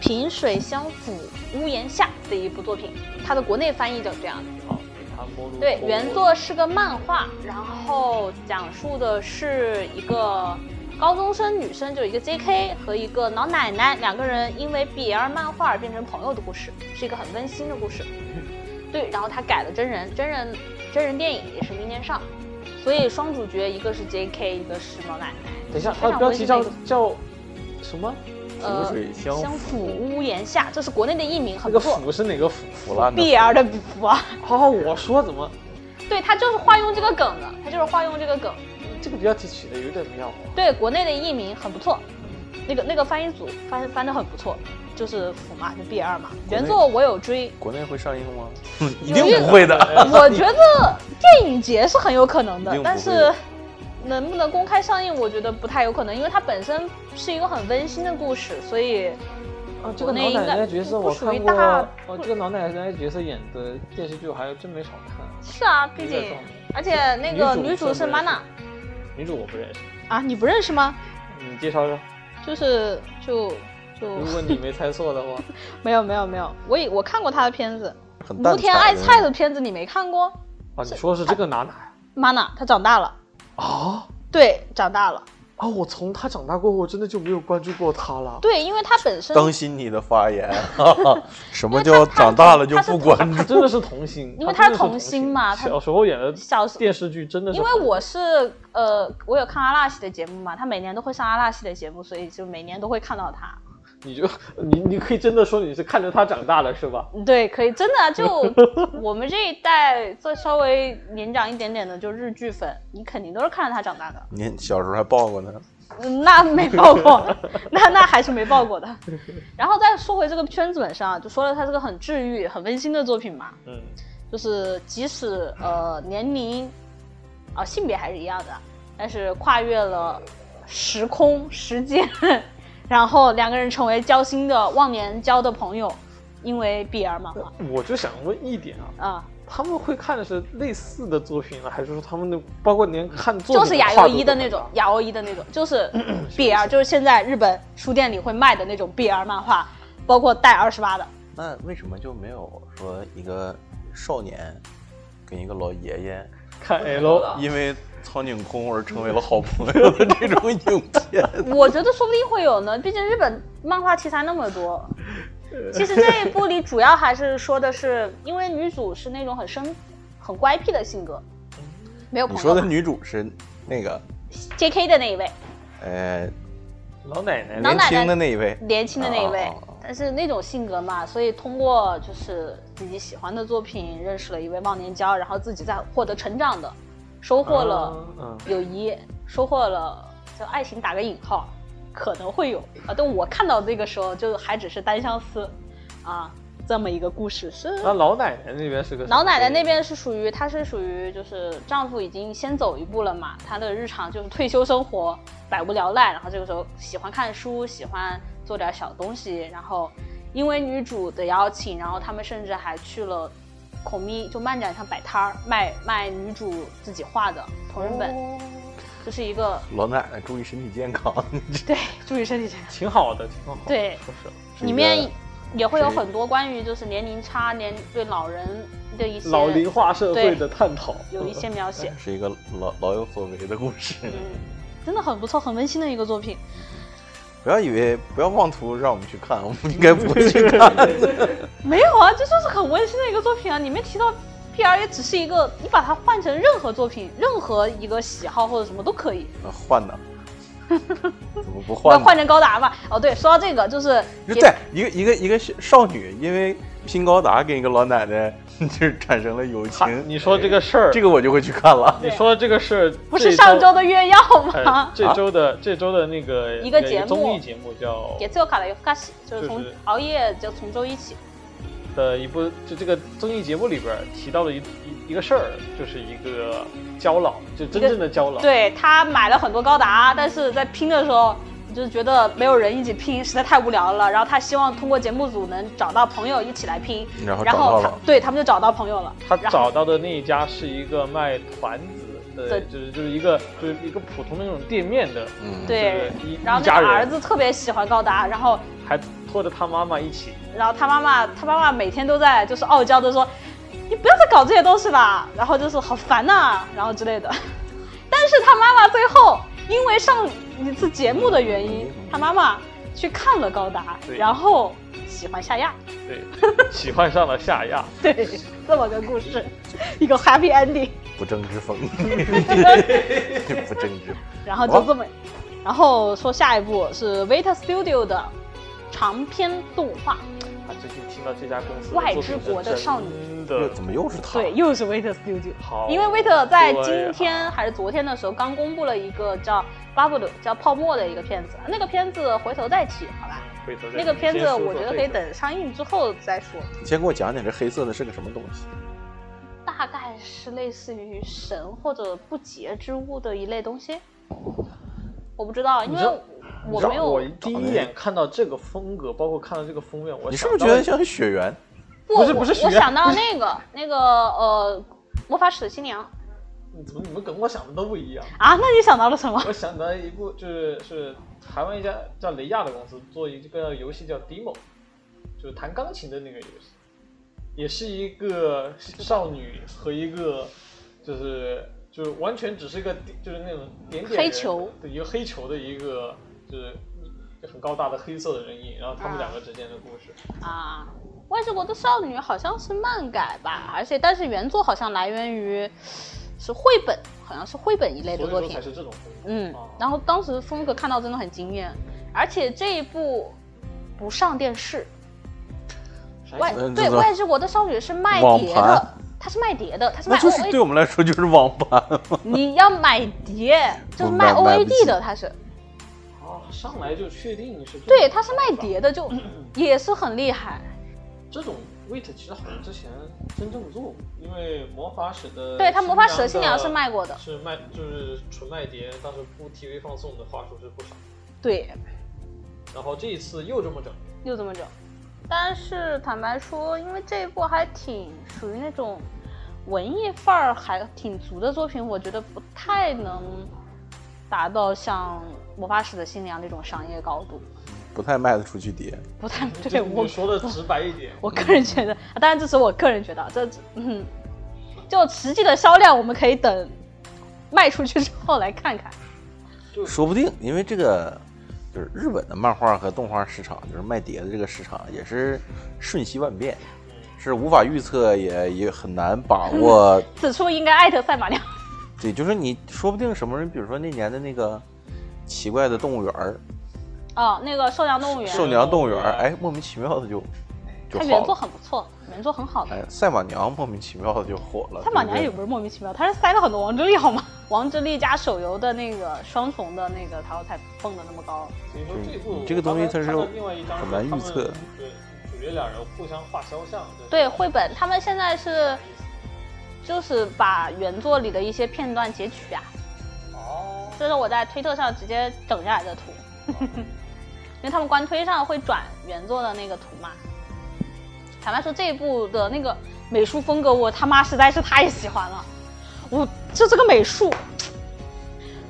《萍水相逢屋檐下》的一部作品，它的国内翻译叫这样的。好，韩波路嗯对，原作是个漫画，然后讲述的是一个高中生女生，就一个 J.K. 和一个老奶奶两个人因为 BL 漫画而变成朋友的故事，是一个很温馨的故事。对，然后他改了真人，真人真人电影也是明年上，所以双主角一个是 J.K. 一个是老奶奶。等一下，啊非常它的标温馨题叫的一叫什么？呃萍水相相逢，府屋檐下，这是国内的译名，那很个不错。腐是哪个 腐？腐烂的 BL 的服啊， 哦，我说怎么对，他就是化用这个梗的，他就是化用这个梗。这个标题取的有点妙啊？对，国内的译名很不错，那个那个翻译组翻翻的很不错，就是腐嘛，就 BL 嘛。原作我有 追，国内会上映吗？一定不会的。我觉得电影节是很有可能一的定，不但会是的能不能公开上映，我觉得不太有可能，因为它本身是一个很温馨的故事，所以啊，这国个内老应奶该奶角色不我属于看过，大啊，这个老奶奶角色演的电视剧我还真没少看。是啊，毕有点竟重而且那个女主女主是是不认识玛娜女主我不认识，啊，你不认识吗？你介绍一下。就是就就如果你没猜错 的话，没有没有没有，我以我看过他的片子， 很《淡无天爱菜》的片子你没看过？啊，你说的是这个娜娜玛娜她长大了，啊对，长大了，啊！我从她长大过后，我真的就没有关注过 她了。对，因为她本身当心你的发言，哈哈 什么因为叫他长大了就不关她注？真的是童星，因为她她真的是是童童星嘛她小时候演的小时候。电视剧真的是因童星。为我是呃，我有看阿拉西的节目嘛，她每年都会上阿拉西的节目，所以就每年都会看到她。你就 你你可以真的说你是看着她长大的是吧？对，可以，真的啊就我们这一代，这稍微年长一点点的，就日剧粉，你肯定都是看着她长大的。您小时候还抱过呢，嗯那没报过， 那那还是没报 过的。然后再说回这个圈子本身啊，就说了它是个很治愈、很温馨的作品嘛，嗯，就是即使呃年龄啊、性别还是一样的，但是跨越了时空、时间， 然后两个人成为交心的忘年交的朋友，因为 BL 漫画我就想问一点啊，啊，他们会看的是类似的作品呢，还是说他们的包括连看作品就是亚跨优度一都的很那种大，亚优一的那种，就是 BL，就是现在日本书店里会卖的那种 BL 漫画，包括带二十八的。那为什么就没有说一个少年跟一个老爷爷看 L 啊因为苍井空而成为了好朋友的这种影 片？我觉得说不定会有呢，毕竟日本漫画题材那么多。 其实这一部里主要还是说的是，因为女主是那种很生、很乖僻的性格，没有你朋说友的嘛。女主是那个 J.K. 的那一位，呃老奶奶老哎年奶奶轻的那一位，年轻的那一位哦哦哦，但是那种性格嘛，所以通过就是自己喜欢的作品认识了一位忘年交，然后自己再获得成长的，收获哦了嗯，友谊，收获了叫爱情打个引号，可能会有啊。但我看到这个时候，就还只是单相思啊这么一个故事。是那老奶奶那边是个什么老奶奶那边是属于，她是属于就是丈夫已经先走一步了嘛，她的日常就是退休生活百无聊赖，然后这个时候喜欢看书，喜欢做点小东西，然后因为女主的邀请，然后他们甚至还去了孔咪就漫展上摆摊儿卖卖女主自己画的同人本，哦这是一 个老奶奶注意身体健康， 对，注意身体健康。挺好的，挺好，对，说实话是一里个面也会有是很多关于就是年龄差、年对老人的一些老龄化社会的探讨，有一些描写，是一个老老有所为的故事。嗯，真的很不错，很温馨的一个作品。不要以为不要妄图让我们去看，我们应该不会 去看。没有啊，这就是很温馨的一个作品啊！里面提到 P R 也只是一 个，你把它换成任何作品、任何一个喜好或者什么都可以。啊换的，怎么不换那呢？换成高达吧。哦，对，说到这个，就是就对一个一个一个少女，因为拼高达跟一个老奶奶 就是产生了友他情。你说这个事儿，这个我就会去看了。你说这个事儿，不这是上周的月曜哎吗？，啊这周的这周的那个一个节目综艺节目叫也最有卡的有卡西，就是从就是熬夜就从周一起。的一部，就这个综艺节目里边儿提到了一一一个事儿，就是一个胶囊，就真正的胶囊。对他买了很多高达，但是在拼的时候，就是觉得没有人一起拼，实在太无聊了。然后他希望通过节目组能找到朋友一起来拼，然后然找后到他了，对他们就找到朋友了。他然后找到的那一家是一个卖团子的，对就是就是一个就是一个普通的那种店面的，嗯，对就是一，然后那一家个人儿子特别喜欢高达，然后还拖着他妈妈一起。然后他妈妈他妈妈每天都在就是傲娇的说，你不要再搞这些东西啦，然后就是好烦呐、然后之类的。 但是他妈妈最后因为上一次节目的原因，他妈妈去看了高达，对然后喜欢夏亚， 对，喜欢上了夏亚。对，这么个故事，一个 happy ending，不正之 风，不正之风。然后就这么，然后说下一部是 Vita Studio 的长篇动画，啊，最近听到这家公司外之国的少女女这的怎么又是他？对，又是 Vita Studio。好，因为威特在今对天啊还是昨天的时候刚公布了一个叫《巴布鲁》叫泡沫的一个片子，那个片子回头再提，好吧？回头再那个片先子说说我觉得这可以个等上映之后再说，你先给我讲讲这黑色的是个什么东西？大概是类似于神或者不洁之物的一类东西，我不知道，因你知道为我你没知道我有第一眼看到这个风格，包括看到这个封面，我你是想不是觉到得像血缘？不不是不我是许我愿想到那个那个呃魔法使的新娘你怎么你们跟我想的都不一样？啊，那你想到了什么？我想到一部就是是台湾一家叫雷亚的公司做一个游戏叫 Demo，就是弹钢琴的那个游戏，也是一个少女和一个就是就是完全只是一个就是那种点点人黑球，对一个黑球的一个就是一很高大的黑色的人影，然后他们两个之间的故事。啊，《外之国的少女》好像是漫改吧，而且但是原作好像来源于是绘本，好像是绘本一类所的以作说品才。是这种风格。嗯哦啊，然后当时风格看到真的很惊艳，而且这一部不上电视，啥意外思嗯对这《个外之国的少女》是卖网碟的盘。它是卖碟的，它是卖那就是对 OA，我们来说就是网盘。你要买碟，就是卖我买买不 OAD 起的，它是，哦，上来就确定是这种对，它是卖吧碟的，就也是很厉害。这种 wait 其实好像之前真正做过，因为魔法使的对它魔法使的的新娘是卖过嗯的是卖就是纯卖碟，当时铺 TV 放送的话术是不少。对，然后这一次又这么整，又这么整。但是坦白说，因为这一部还挺属于那种文艺范儿还挺足的作品，我觉得不太能达到像《魔法使的新娘》那种商业高度，不不太卖得出去碟，不太就对你我就说的直白一点，我个人觉得，啊当然这是我个人觉得啊，这嗯，就实际的销量我们可以等卖出去之后来看看。说不定因为这个就是日本的漫画和动画市场，就是卖碟的这个市场也是瞬息万变，嗯是无法预测，也也很难把握。此处应该艾特赛马娘，对，就是你说不定什么人，比如说那年的那个奇怪的动物园儿，哦，那个《兽娘动物园》，兽娘动物园儿，嗯哎，莫名其妙的就就它好原了。作很不错，原作很好的。哎，赛马娘莫名其妙的就火了。他马对不娘对也不是莫名其妙，他是塞了很多王之力好吗？ 王之力加手游的那个双重的那个，然后才蹦的那么高。所以说这一部嗯这个东西它它是另外一张很难预测是他们对，主角两人互相画肖像，就是对，绘本他们现在是就是把原作里的一些片段截取啊，哦，这是我在推特上直接整下来的图， 因为他们官推上会转原作的那个图嘛。坦白说，这一部的那个美术风格，我他妈实在是太喜欢了。我就这个美术，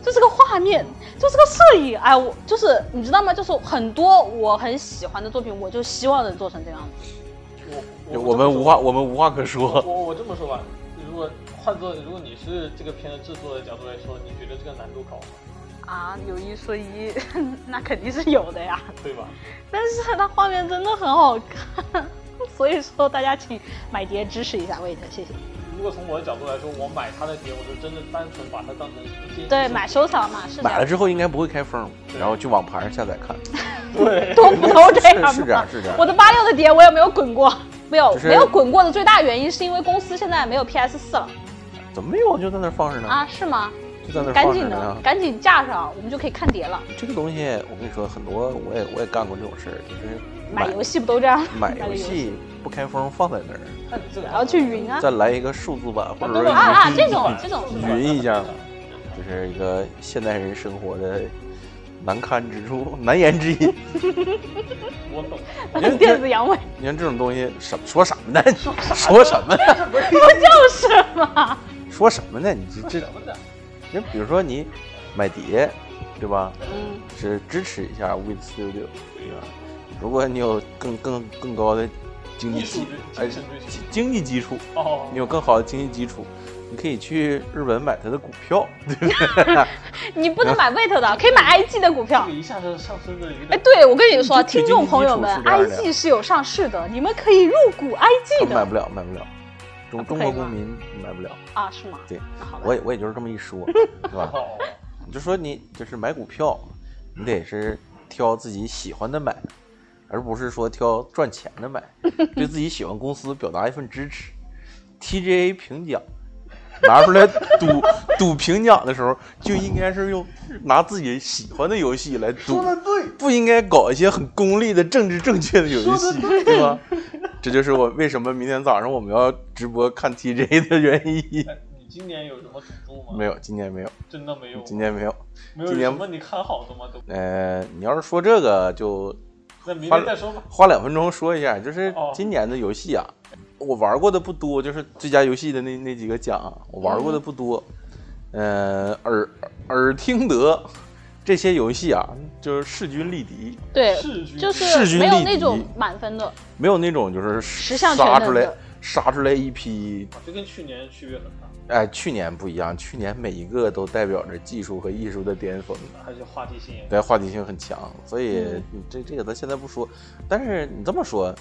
就这个画面，就这个摄影，哎，我就是你知道吗？就是很多我很喜欢的作品，我就希望能做成这样子。我我们无话我们无话可说。我我这么说吧，如果换做如果你是这个片的制作的角度来说，你觉得这个难度高吗？啊，有一说一， 那肯定是有的呀。对吧？但是它画面真的很好看，所以说大家请买碟支持一下 Wait，谢谢。嗯如果从我的角度来说，我买它的碟，我就真的单纯把它当成一件对，买收藏嘛，是这买了样。之后应该不会开封，然后去网盘下载看。对东不 都这样 吗？是是这样是这样我的八六的碟我也没有滚过，没有、就是没有滚过的最大原因是因为公司现在没有 PS 四了怎么没有？就在那儿放着呢，啊，是吗？就嗯在那儿赶放着紧呢嗯啊的，。赶紧架上，我们就可以看碟了。这个东西我跟你说，很多我也我也干过这种事儿，就是买游戏不都这样？买买个游游戏戏不开封放在那儿，看这个然后去云啊再来一个数字版或者说啊啊，云这种这种是吧云一下，这是一个现代人生活的难堪之处、难言之隐。我懂。你看电这 子阳痿，你看这种东西，什说什么呢？ 说什么呢？就是嘛。说什么呢？你这这什 么的？人比如说你买碟，对吧？嗯，是支持一下 With Studio，对吧？如果你有更更更高的经济艺术基之，哎精神追，求经济基础，哦你，有更好的经济基础，你可以去日本买它的股票，对不对？ 你不能买 Wait 的，可以买 IG 的股这票个。一下子上升的有哎，点。对，我跟你说，这听这众朋友们经济基础是这样的，IG 是有上市的，你们可以入股 IG 买的不了，买不了，中啊不中可以国公吗民买不了。啊，是吗？对那好吧我也我也就是这么一 说，对吧？哦，你就说你就是买股票，你得嗯是挑自己喜欢的买，而不是说挑赚钱的 买，对自己喜欢公司表达一份支持。TGA 评奖拿出来 赌赌评奖的时候，就应该是用拿自己喜欢的游戏来赌说，的对，不应该搞一些很功利的政治正确的游说戏得，对吧？这就是我为什么明天早上我们要直播看 TGA 的原因。哎你今年有什么赌注吗？没，有，今年没有，真的没有吗。今年没有。没有今年什么你看好的吗？都呃，你要是说这个就那明花了天再说吧。花两分钟说一下，就是哦今年的游戏啊，我玩过的不多，就是最佳游戏的那那几个奖啊，我玩过的不多。呃，耳耳听得这些游戏啊，就是势均力敌，对，世局就势均是没有力那种敌满分的。没有那种就是十项全杀能出来的杀出来一批。这跟去年区别很大，哎，去年不一样，去年每一个都代表着技术和艺术的巅峰。还是话题性也对，话题性很强，所以这这个咱现在不说。但是你这么说，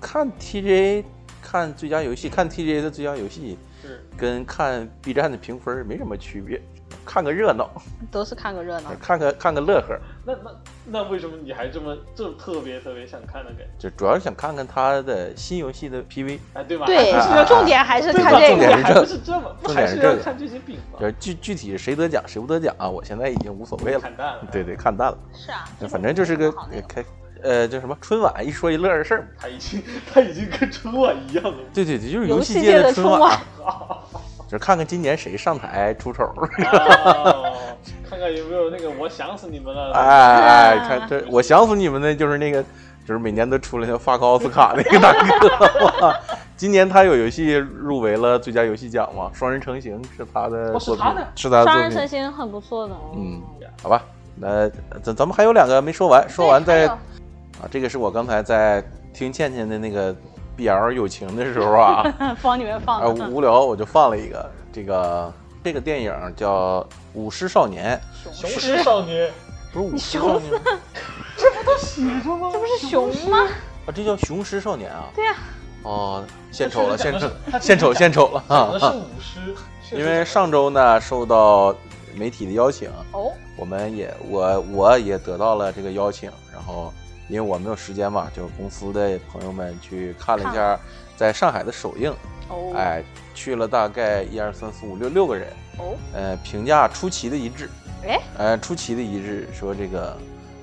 看 TJ 看最佳游戏，看 TJ 的最佳游戏，是跟看 B 站的评分没什么区别，看个热闹，都是看个热闹。看个看个乐呵，那那那为什么你还这么这么特别特别想看的感觉？就主要是想看看他的新游戏的 PV。哎，对吧？ 对啊啊 啊，重点还是对吧看这重点个。是还这不是这么，不重还点是是要这个看这些饼吗就？是具具体谁得奖谁不得奖啊，我现在已经无所谓了看。淡了，对，对，看淡了，是啊，反正就是个好的开呃叫什么春晚一说一乐的事儿。他已经他已经跟春晚一样了。对对对，就是游游戏戏界的的春晚啊晚，就是看看今年谁上台出丑。哦 看看有没有那个我想死你们了。 哎哎，啊看这，我想死你们的就是那个，就是每年都出来那发个奥斯卡那个大哥。今年他有游戏入围了最佳游戏奖嘛，《双人成行》是他的哦是作品他的，是他的双作人成品。行很不错的哦。嗯，好吧，那咱咱们还有两个没说完，说完再对还有啊， 这个是我刚才在听倩倩的那个 BL 友情的时候啊， 嗯放里面放啊的。无聊我就放了一个这个这个电影叫《舞狮少年雄狮少年，》，不是舞狮少年吗这不是熊吗？啊，这叫《雄狮少年》啊。对呀、哦，献丑了，献丑他，献丑，献丑了讲的是啊！舞狮，确实因为上周呢，受到媒体的邀请，哦，我们也我我也得到了这个邀请，然后因为我没有时间嘛，就是公司的朋友们去看了一下在上海的首映，哦，哎，去了大概一二三四五六六个人，哦，呃，评价出奇的一致，哎，呃，出奇的一致，说这个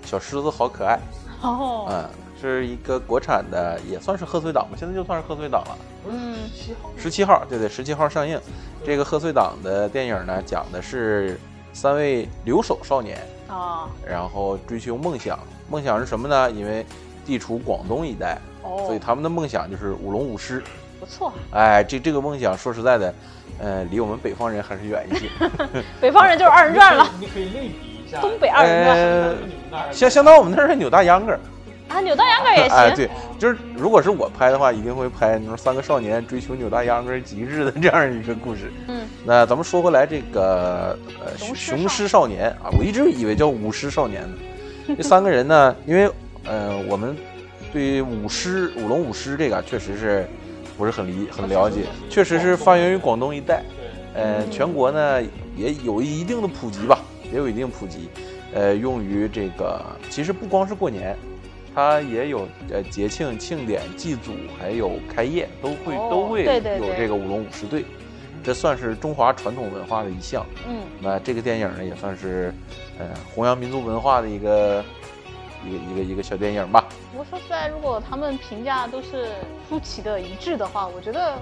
小狮子好可爱，哦，嗯，是一个国产的，也算是贺岁档吧，现在就算是贺岁档了。嗯，七号十七号，对对，十七号上映。这个贺岁档的电影呢，讲的是三位留守少年，啊，然后追求梦想。梦想是什么呢？因为地处广东一带，哦，所以他们的梦想就是舞龙舞狮。不错。啊哎，这这个梦想说实在的，呃，离我们北方人还是远一些。北方人就是二人转了，你可以类比一下东北二人转、呃你们那儿相相当我们那儿的扭大秧歌儿，啊，扭蛋秧歌也 行。哎，对，就是如果是我拍的话，一定会拍那种三个少年追求扭大秧歌儿极致的这样一个故事。嗯，那咱们说回来，这个呃，雄雄狮雄狮少年啊，我一直以为叫舞狮少年呢。这三个人呢，因为呃，我们对于舞狮、舞龙舞狮这个啊确实是不是很理很了解，确实是发源于广东一带。对，呃，嗯全国呢也有一定的普及吧，也有一定普及，呃，用于这个其实不光是过年，它也有呃节庆、庆典、祭祖，还有开业，都会、哦都会对对有对这个舞龙舞狮队，这算是中华传统文化的一项。嗯，那这个电影呢，也算是呃弘扬民族文化的一个一个一个一个小电影吧。不过说实在，如果他们评价都是出奇的一致的话，我觉得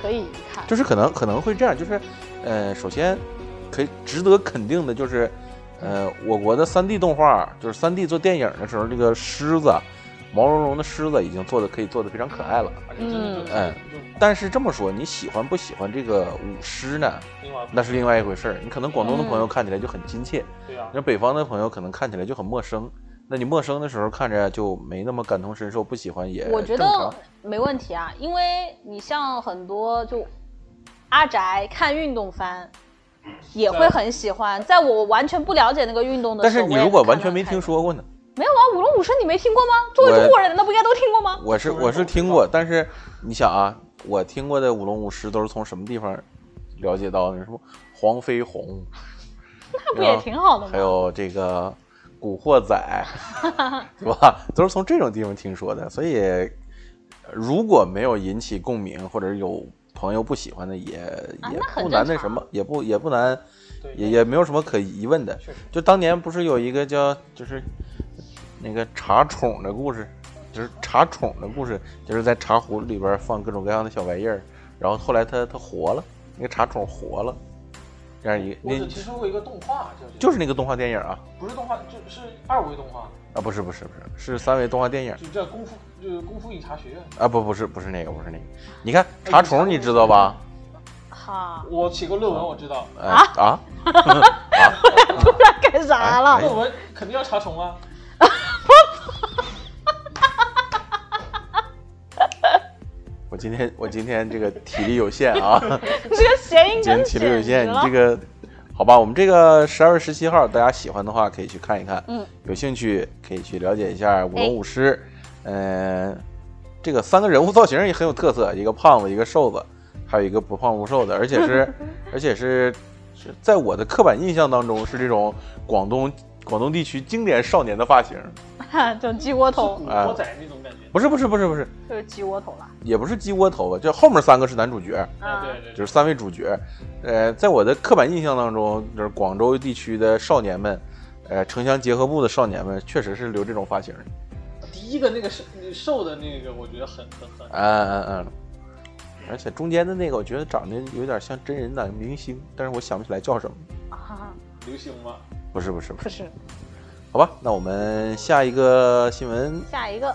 可以一看。就是可能可能会这样，就是，呃，首先可以值得肯定的就是，呃，我国的三 D 动画，就是三 D 做电影的时候，这个狮子，毛茸茸的狮子已经做的可以做的非常可爱了。而且这个就嗯但是这么说，你喜欢不喜欢这个舞狮呢？另外那是另外一回事儿。你可能广东的朋友看起来就很亲切，对啊，那、北方的朋友可能看起来就很陌生。那你陌生的时候看着就没那么感同身受，不喜欢也我正觉常得没问题啊，因为你像很多就阿宅看运动番，也会很喜欢。在我完全不了解那个运动的但时候，是你我也如果看得完全很没开听心，说过呢？没有啊，舞龙舞狮你没听过吗？作为我中国人，难道不应该都听过吗？我是我是听过，但是你想啊，我听过的舞龙舞狮都是从什么地方了解到的？什么黄飞鸿，那不也挺好的吗？还有这个古惑 仔，是吧？都是从这种地方听说的。所以呃如果没有引起共鸣，或者有朋友不喜欢的，也啊也那很不难那正常什么，也不也不难，对也也没有什么可疑问的确实。就当年不是有一个叫就是那个茶宠的故事，就是茶宠的故事，就是在茶壶里边放各种各样的小玩意儿，然后后来它它活了，那个茶宠活了，这样一个我那只听说过一个动画叫这个，就是那个动画电影啊不是动画，就是二维动画，啊不是不是不是是三维动画电影就叫功夫，就是功夫警察学院。啊不不是不是那个不是那个，你看茶宠你知道吧？哈，我写过论文，我知道。哎啊干啥了？哎论文肯定要查重啊，我今天我今天这个体力有限啊。你这个谐音今天梗体力有限，你简直了这个好吧？我们这个十二月十七号，大家喜欢的话可以去看一看，嗯，有兴趣可以去了解一下舞龙舞狮，哎嗯、这个三个人物造型也很有特色，一个胖子，一个瘦子，还有一个不胖不瘦的，而且 是而且是是在我的刻板印象当中是这种广东广东地区经典少年的发型， 哈这种鸡窝是头古惑仔那种感觉。不是不是不是不是，就是鸡窝头了。也不是鸡窝头发，就后面三个是男主角，哎，对对，就是是三位主角，呃，在我的刻板印象当中，就是广州地区的少年们，呃，城乡结合部的少年们，确实是留这种发型。第一个那个瘦瘦的那个，我觉得很很很。嗯嗯嗯。而且中间的那个，我觉得长得有点像真人男明星，但是我想不起来叫什么。啊，流行吗？不是不是不不是，是，好吧，那我们下一个新闻，下一个，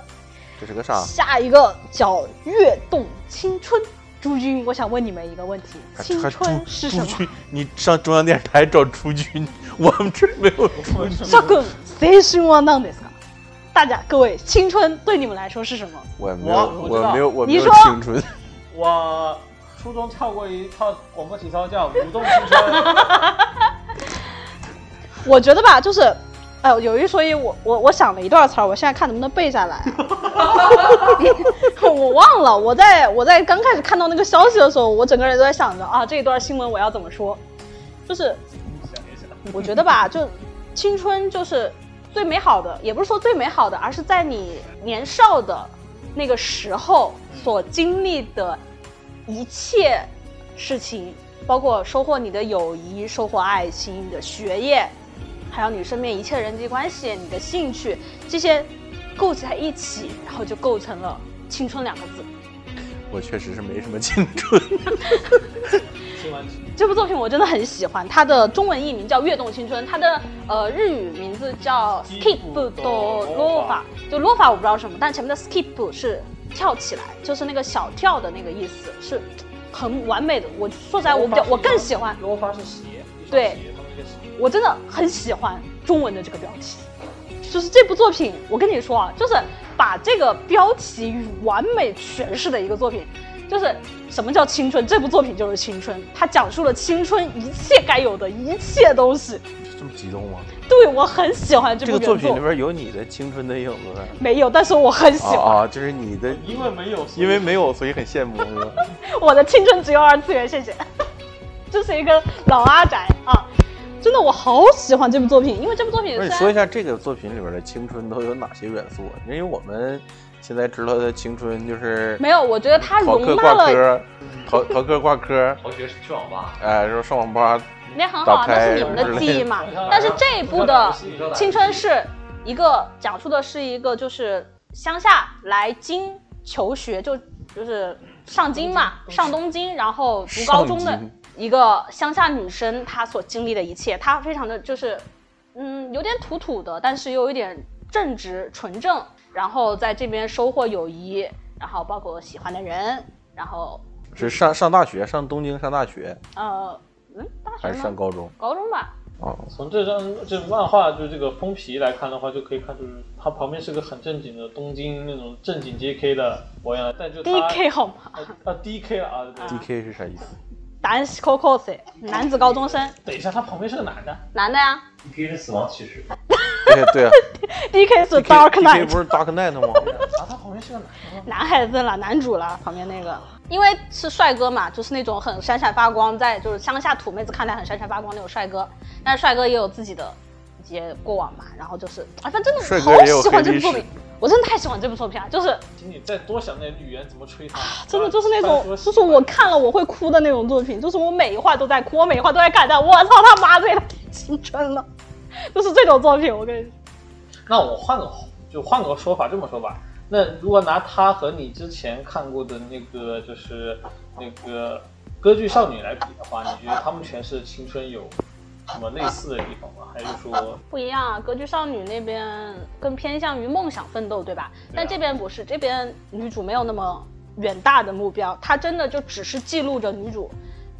这是个啥？下一个叫跃动青春。朱军，我想问你们一个问题：青还春啊朱是什朱么？军，你上中央电视台找朱军， 我们这儿没有朱军。这个谁青春なんですか？大家各位，青春对你们来说是什么？我没有，我知道我没有，我没你有说青春。我初中跳过一套广播体操叫《舞动青春》， 我觉得吧，就是，哎、有一说一，我我我想了一段词儿，我现在看能不能背下来、 我忘了，我在我在刚开始看到那个消息的时候，我整个人都在想着啊，这一段新闻我要怎么说？就是想一想，我觉得吧，就青春就是最美好的，也不是说最美好的，而是在你年少的那个时候所经历的一切事情，包括收获你的友谊、收获爱情、你的学业，还有你身边一切人际关系、你的兴趣，这些构在一起，然后就构成了青春两个字。我确实是没什么青春。听完这部作品我真的很喜欢，它的中文译名叫《跃动青春》，它的呃日语名字叫 Skip do Lova，就 Lova 我不知道是什么，但前面的 Skip 是跳起来，就是那个小跳的那个意思，是很完美的。我说实在，我比较我更喜 欢，罗发是鞋，一双对鞋，他们那个鞋我真的很喜欢中文的这个标题，就是这部作品，我跟你说啊，就是把这个标题完美诠释的一个作品，就是什么叫青春？这部作品就是青春，它讲述了青春一切该有的一切东西。这么激动吗？对我很喜欢这这部个原作作品里边有你的青春的影子呗。没有，但是我很喜欢。啊啊，就是你的，因为没有，因为没有，所以很羡慕。是 吧我的青春只有二次元，谢谢。这是一个老阿宅啊，真的我好喜欢这部作品，因为这部作品不虽是，你然说一下这个作品里边的青春都有哪些元素啊？因为我们现在知道的青春就是没有，我觉得它逃容课纳挂了，科，逃逃课挂科，同学去网吧，哎，说上网吧，那很好啊打，那是开你们的记忆 嘛之类的。但是这一部的你说哪个青春是一个讲述的是一个就是乡下来京求学，就就是上京嘛，上东京，然后读高中的上京一个乡下女生她所经历的一切，她非常的就是嗯有点土土的，但是又有一点正直纯正，然后在这边收获友谊，然后包括喜欢的人，然后是上上大学，上东京上大学呃嗯大还是学吗上？高中？高中吧，哦，啊从这张这漫画就这个封皮来看的话，就可以看出它旁边是个很正经的东京那种正经 JK 的模样，但就它 DK 好吗？啊啊 DK 了啊，对 D K 是啥意思？ 男 cocos 男子高中生，等一下，他旁边是个男的，男的呀。一批是死亡骑士，对 对啊 DK 是，D Dark K D K Knight，不是 Dark Knight 吗？啊，他旁边是个男的吗？男孩子了，男主了，旁边那个，因为是帅哥嘛，就是那种很闪闪发光，在就是乡下土妹子看来很闪闪发光那种帅哥，但是帅哥也有自己的一些过往嘛，然后就是，啊，他真的帅哥好也有喜欢黑这部历作史品，我真的太喜欢这部作品了，啊就是请你再多想那语言怎么吹他，啊真的就是那种，翻说就是我看了我会哭的那种作品，就是我每一话都在哭，我每一话都在感叹，我操他妈这也太青春了，就是这种作品，我跟你说，那我换个就换个说法，这么说吧，那如果拿他和你之前看过的那个就是那个歌剧少女来比的话，你觉得他们全是青春有什么类似的地方吗？还是说不一样啊。歌剧少女那边更偏向于梦想奋斗，对吧？但这边不是，这边女主没有那么远大的目标，她真的就只是记录着女主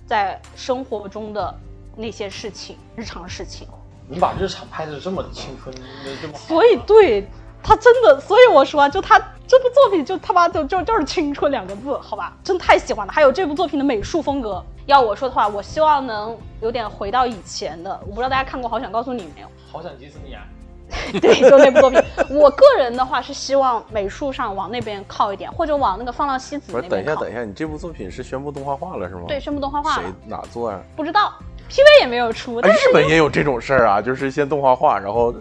在生活中的那些事情，日常事情。你把日常拍的这么青春，这么好所以对他真的，所以我说啊，就他这部作品就他妈就就就是青春两个字，好吧，真太喜欢了。还有这部作品的美术风格，要我说的话，我希望能有点回到以前的。我不知道大家看过《好想告诉你》没有？好想迪士尼啊！ 对，就那部作品。我个人的话是希望美术上往那边靠一点，或者往那个放浪西子不那是，等边一下，靠。等一下，你这部作品是宣布动画化了是吗？对，宣布动画化谁了，哪做啊呀、不知道 PV 也没有出，哎，但日 本也有这种事儿啊，就是先动画化，然后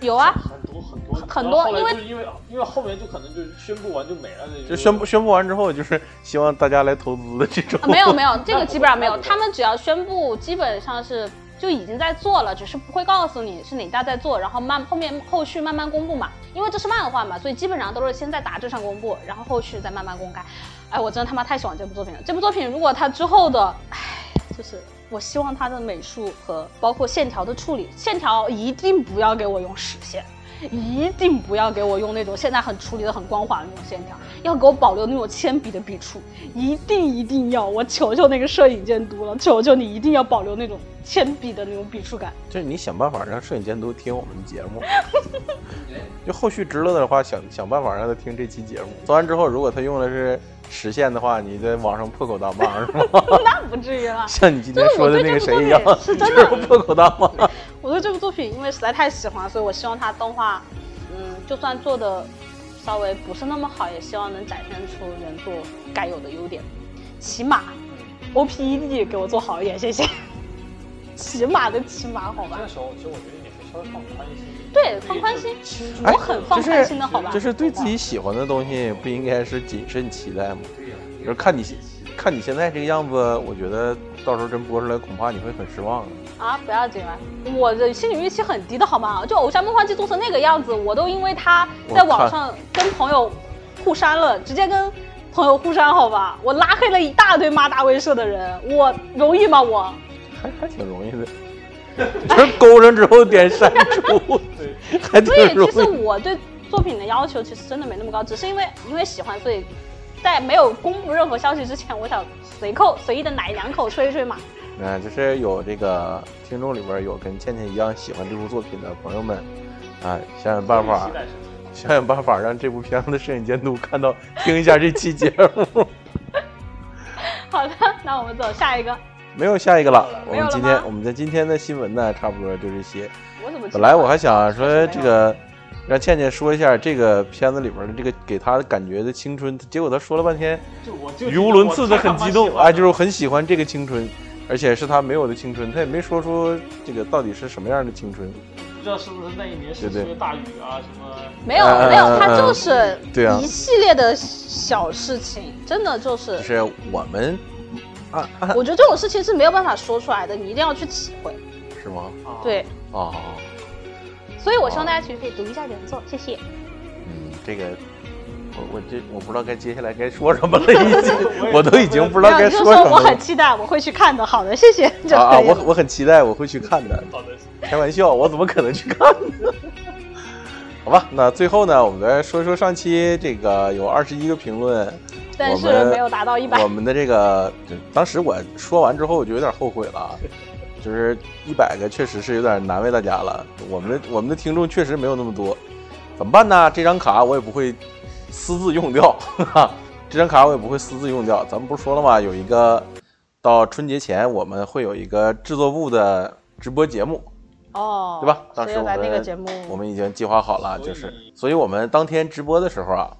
有啊，很多很多很多然后后来就是因为因为后面就可能就宣布完就没了，就宣布宣布完之后，就是希望大家来投资的这种啊。没有没有，这那个不基本上会没有。那不会他们只要宣布，基本上是就已经在做了，只是不会告诉你是哪家在做，然后慢后面后续慢慢公布嘛。因为这是漫画嘛，所以基本上都是先在杂志上公布，然后后续再慢慢公开。哎，我真的他妈太喜欢这部作品了。这部作品如果它之后的，哎，就是我希望它的美术和包括线条的处理，线条一定不要给我用实线。一定不要给我用那种现在很处理的很光滑的那种线条，要给我保留那种铅笔的笔触，一定一定要，我求求那个摄影监督了，求求你一定要保留那种铅笔的那种笔触感。就是你想办法让摄影监督听我们节目， 就后续知道的话，想想办法让他听这期节目。做完之后，如果他用的是实现的话，你在网上破口大骂 是吗？那不至于啦，像你今天说的那个谁一样，就是我对这部作品是就是破口大骂。我对这部作品因为实在太喜欢，所以我希望它动画，嗯，就算做的稍微不是那么好，也希望能展现出原作该有的优点，起码 OPED 给我做好一点，谢谢。起码的起码，好这吧个？时候，其实我觉得你可以稍微放宽一些，对，放宽心，青春哎我很放宽心的，好吧？就是对自己喜欢的东西，不应该是谨慎期待吗？就是看你看你现在这个样子，我觉得到时候真播出来，恐怕你会很失望的。啊，不要紧了，我的心理预期很低的好吗？就《偶像梦幻祭》做成那个样子，我都因为他在网上跟朋友互删了，直接跟朋友互删好吧？我拉黑了一大堆骂大卫社的人，我容易 吗？我还还挺容易的， 就是勾上之后点删除，还挺所以容其实易。我对作品的要求其实真的没那么高，只是因为因为喜欢，所以在没有公布任何消息之前，我想随口随意的奶两口吹一吹嘛。嗯，就是有这个听众里边有跟倩倩一样喜欢这部作品的朋友们，啊，想想办法期，待是想想办法让这部片子的摄影监督看到听一下这期节目。 好的，那我们走下一个。没有下一个了。我没有们了今天吗我们在今天的新闻呢，差不多就这些。我怎么记得本来我还想说这个，让倩倩说一下这个片子里边的这个给她感觉的青春，结果她说了半天，就我就语无伦次的很激动啊，就是哎是很喜欢这个青春，而且是她没有的青春，她也没说出这个到底是什么样的青春。不知道是不是那一年是对对出了大雨啊什么。没有嗯没有，嗯他嗯就是对啊一系列的小事情，真的就是就，是我们啊啊，我觉得这种事情是没有办法说出来的，你一定要去体会。是吗？啊，对，啊，所以我希哦望大家其实可以读一下原作，谢谢。嗯，这个。我我这我不知道该接下来该说什么了，已经我都已经不没知道有，该你就说什说么我了很。期待，我会去看的。好的，谢谢就可以啊了。啊，我我很期待，我会去看的。好的，开玩笑，我怎么可能去看呢？ 好吧，那最后呢，我们来说说上期这个有二十一个评论，但我是们没有达到一百我，们的这个，当时我说完之后我就有点后悔了啊，就是一百个确实是有点难为大家了。我们的我们的听众确实没有那么多，怎么办呢？这张卡我也不会私自用掉， 哈哈，这张卡我也不会私自用掉。咱们不是说了吗？有一个到春节前我们会有一个制作部的直播节目，哦，对吧？当所时以我来们那个节目，我们已经计划好了，所以就是，所以我们当天直播的时候啊，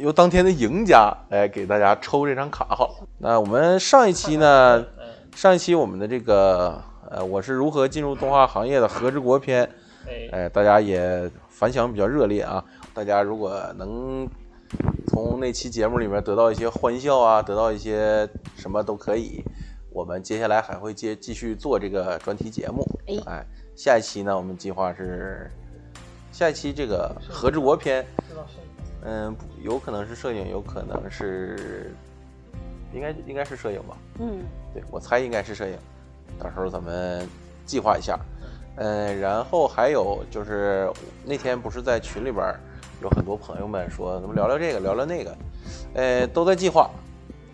由当天的赢家来给大家抽这张卡好了。那我们上一期呢，嗯，上一期我们的这个呃，我是如何进入动画行业的和之国篇，哎，哎，大家也反响比较热烈啊。大家如果能从那期节目里面得到一些欢笑啊，得到一些什么都可以。我们接下来还会接继续做这个专题节目。哎，下一期呢，我们计划是下一期这个和之国篇，知道是嗯，不有可能是摄影，有可能是，应该应该是摄影吧。嗯，对我猜应该是摄影，到时候咱们计划一下。嗯，然后还有就是那天不是在群里边儿有很多朋友们说，咱们聊聊这个，聊聊那个，呃，都在计划，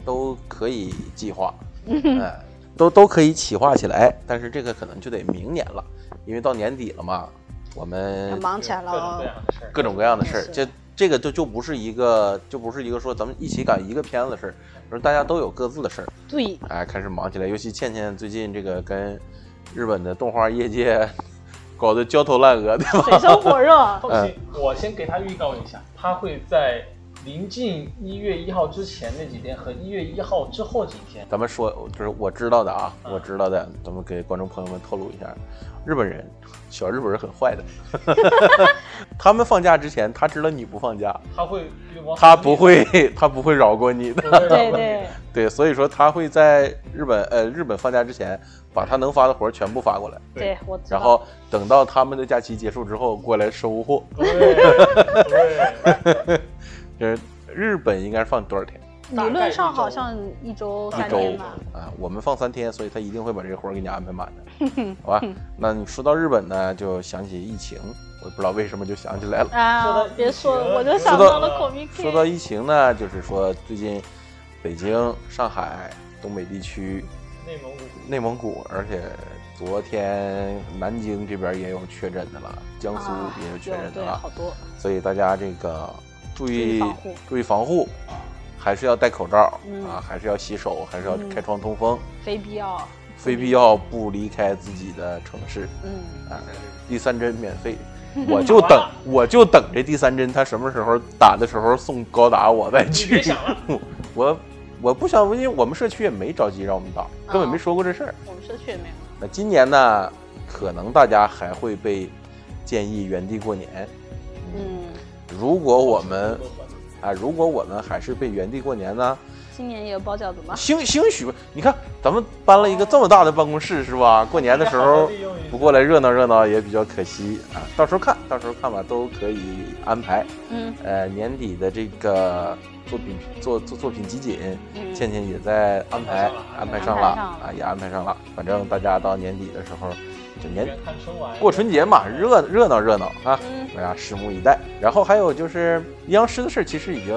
都可以计 划，嗯、都都可以企划起来，但是这个可能就得明年了，因为到年底了嘛，我们忙起来了各种各哦。样的事儿。，各种各样的事儿，是这这个就就不是一个就不是一个说咱们一起赶一个片子的事儿，而是大家都有各自的事儿，对，哎，开始忙起来。尤其倩倩最近这个跟日本的动画业界 搞得焦头烂额，对吧？水深火热放心，我先给他预告一下，他会在临近一月一号之前那几天和一月一号之后几天，咱们说，就是我知道的啊，嗯我知道的，咱们给观众朋友们透露一下，日本人，小日本人很坏的， 他们放假之前，他知道你不放假，哦他嗯会往他不会，他不会饶过你的，对对， 对，所以说他会在日本，呃，日本放假之前，把他能发的活儿全部发过来，对，我知道然后等到他们的假期结束之后过来收货。对对，这日本应该是放多少天？理论上好像一周一三周天吧。啊，我们放三天，所以他一定会把这个活儿给你安排满的， 好吧？那你说到日本呢，就想起疫情，我不知道为什么就想起来 了。啊说到，别说疫情了，我就想说到到了 Comic 说到疫情呢，就是说最近北京、上海、东北地区、内蒙古内蒙古，而且昨天南京这边也有确诊的了，江苏啊，也有确有诊的对，了，好多，所以大家这个注注意意防护注意防护，还是要戴口罩、嗯啊，还是要洗手，还是要嗯开窗通风，非必要，非必要不离开自己的城市嗯，啊。第三针免 费，我就等啊我就等这第三针，他什么时候打的时候送高达我再你别去想了。 我我不想，因为我们社区也没着急让我们啊打，根本没说过这事儿。我们社区也没有。那今年呢，可能大家还会被建议原地过年。嗯，如果我们啊，如果我们还是被原地过年呢，今年也有包饺子吗？兴兴许你看咱们搬了一个这么大的办公室是吧？过年的时 啊候不过来热闹热闹也比较可惜啊。到时候看，到时候看吧，都可以安排。嗯呃，年底的这个作品作作作品集锦，嗯，倩倩也在安排安安排排上上了了啊，也安排上了。反正大家到年底的时候，就年看春晚过春节嘛，热热闹热闹啊。嗯，大家拭目以待。然后还有就是阴阳师的事，其实已经，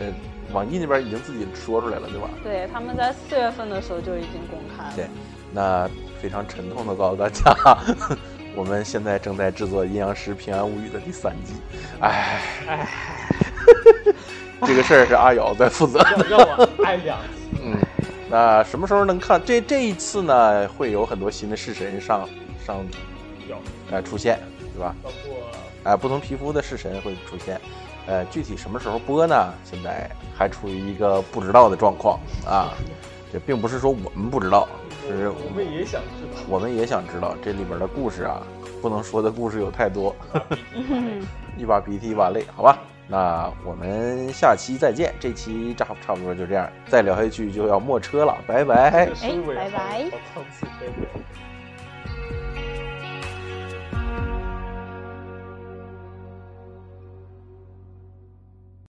呃，网易那边已经自己说出来了，对吧？对，他们在四月份的时候就已经公开对了。那非常沉痛的告诉大家， 我们现在正在制作《阴阳师平安无语》的第三季。唉，这个事儿是阿瑶在负责。让让我爱两次，嗯，那什么时候能看？这这一次呢，会有很多新的式神上上有呃出现，对吧？包括哎、不同皮肤的式神会出现。呃，具体什么时候播呢？现在还处于一个不知道的状况啊。这并不是说我们不知道，是我们也想知道，我们也想知道这里边的故事啊，不能说的故事有太多，嗯一把鼻涕一把泪，好吧？那我们下期再见，这期差差不多就这样，再聊下去就要没车了，拜拜。这个收尾哎拜拜好好讽刺对不对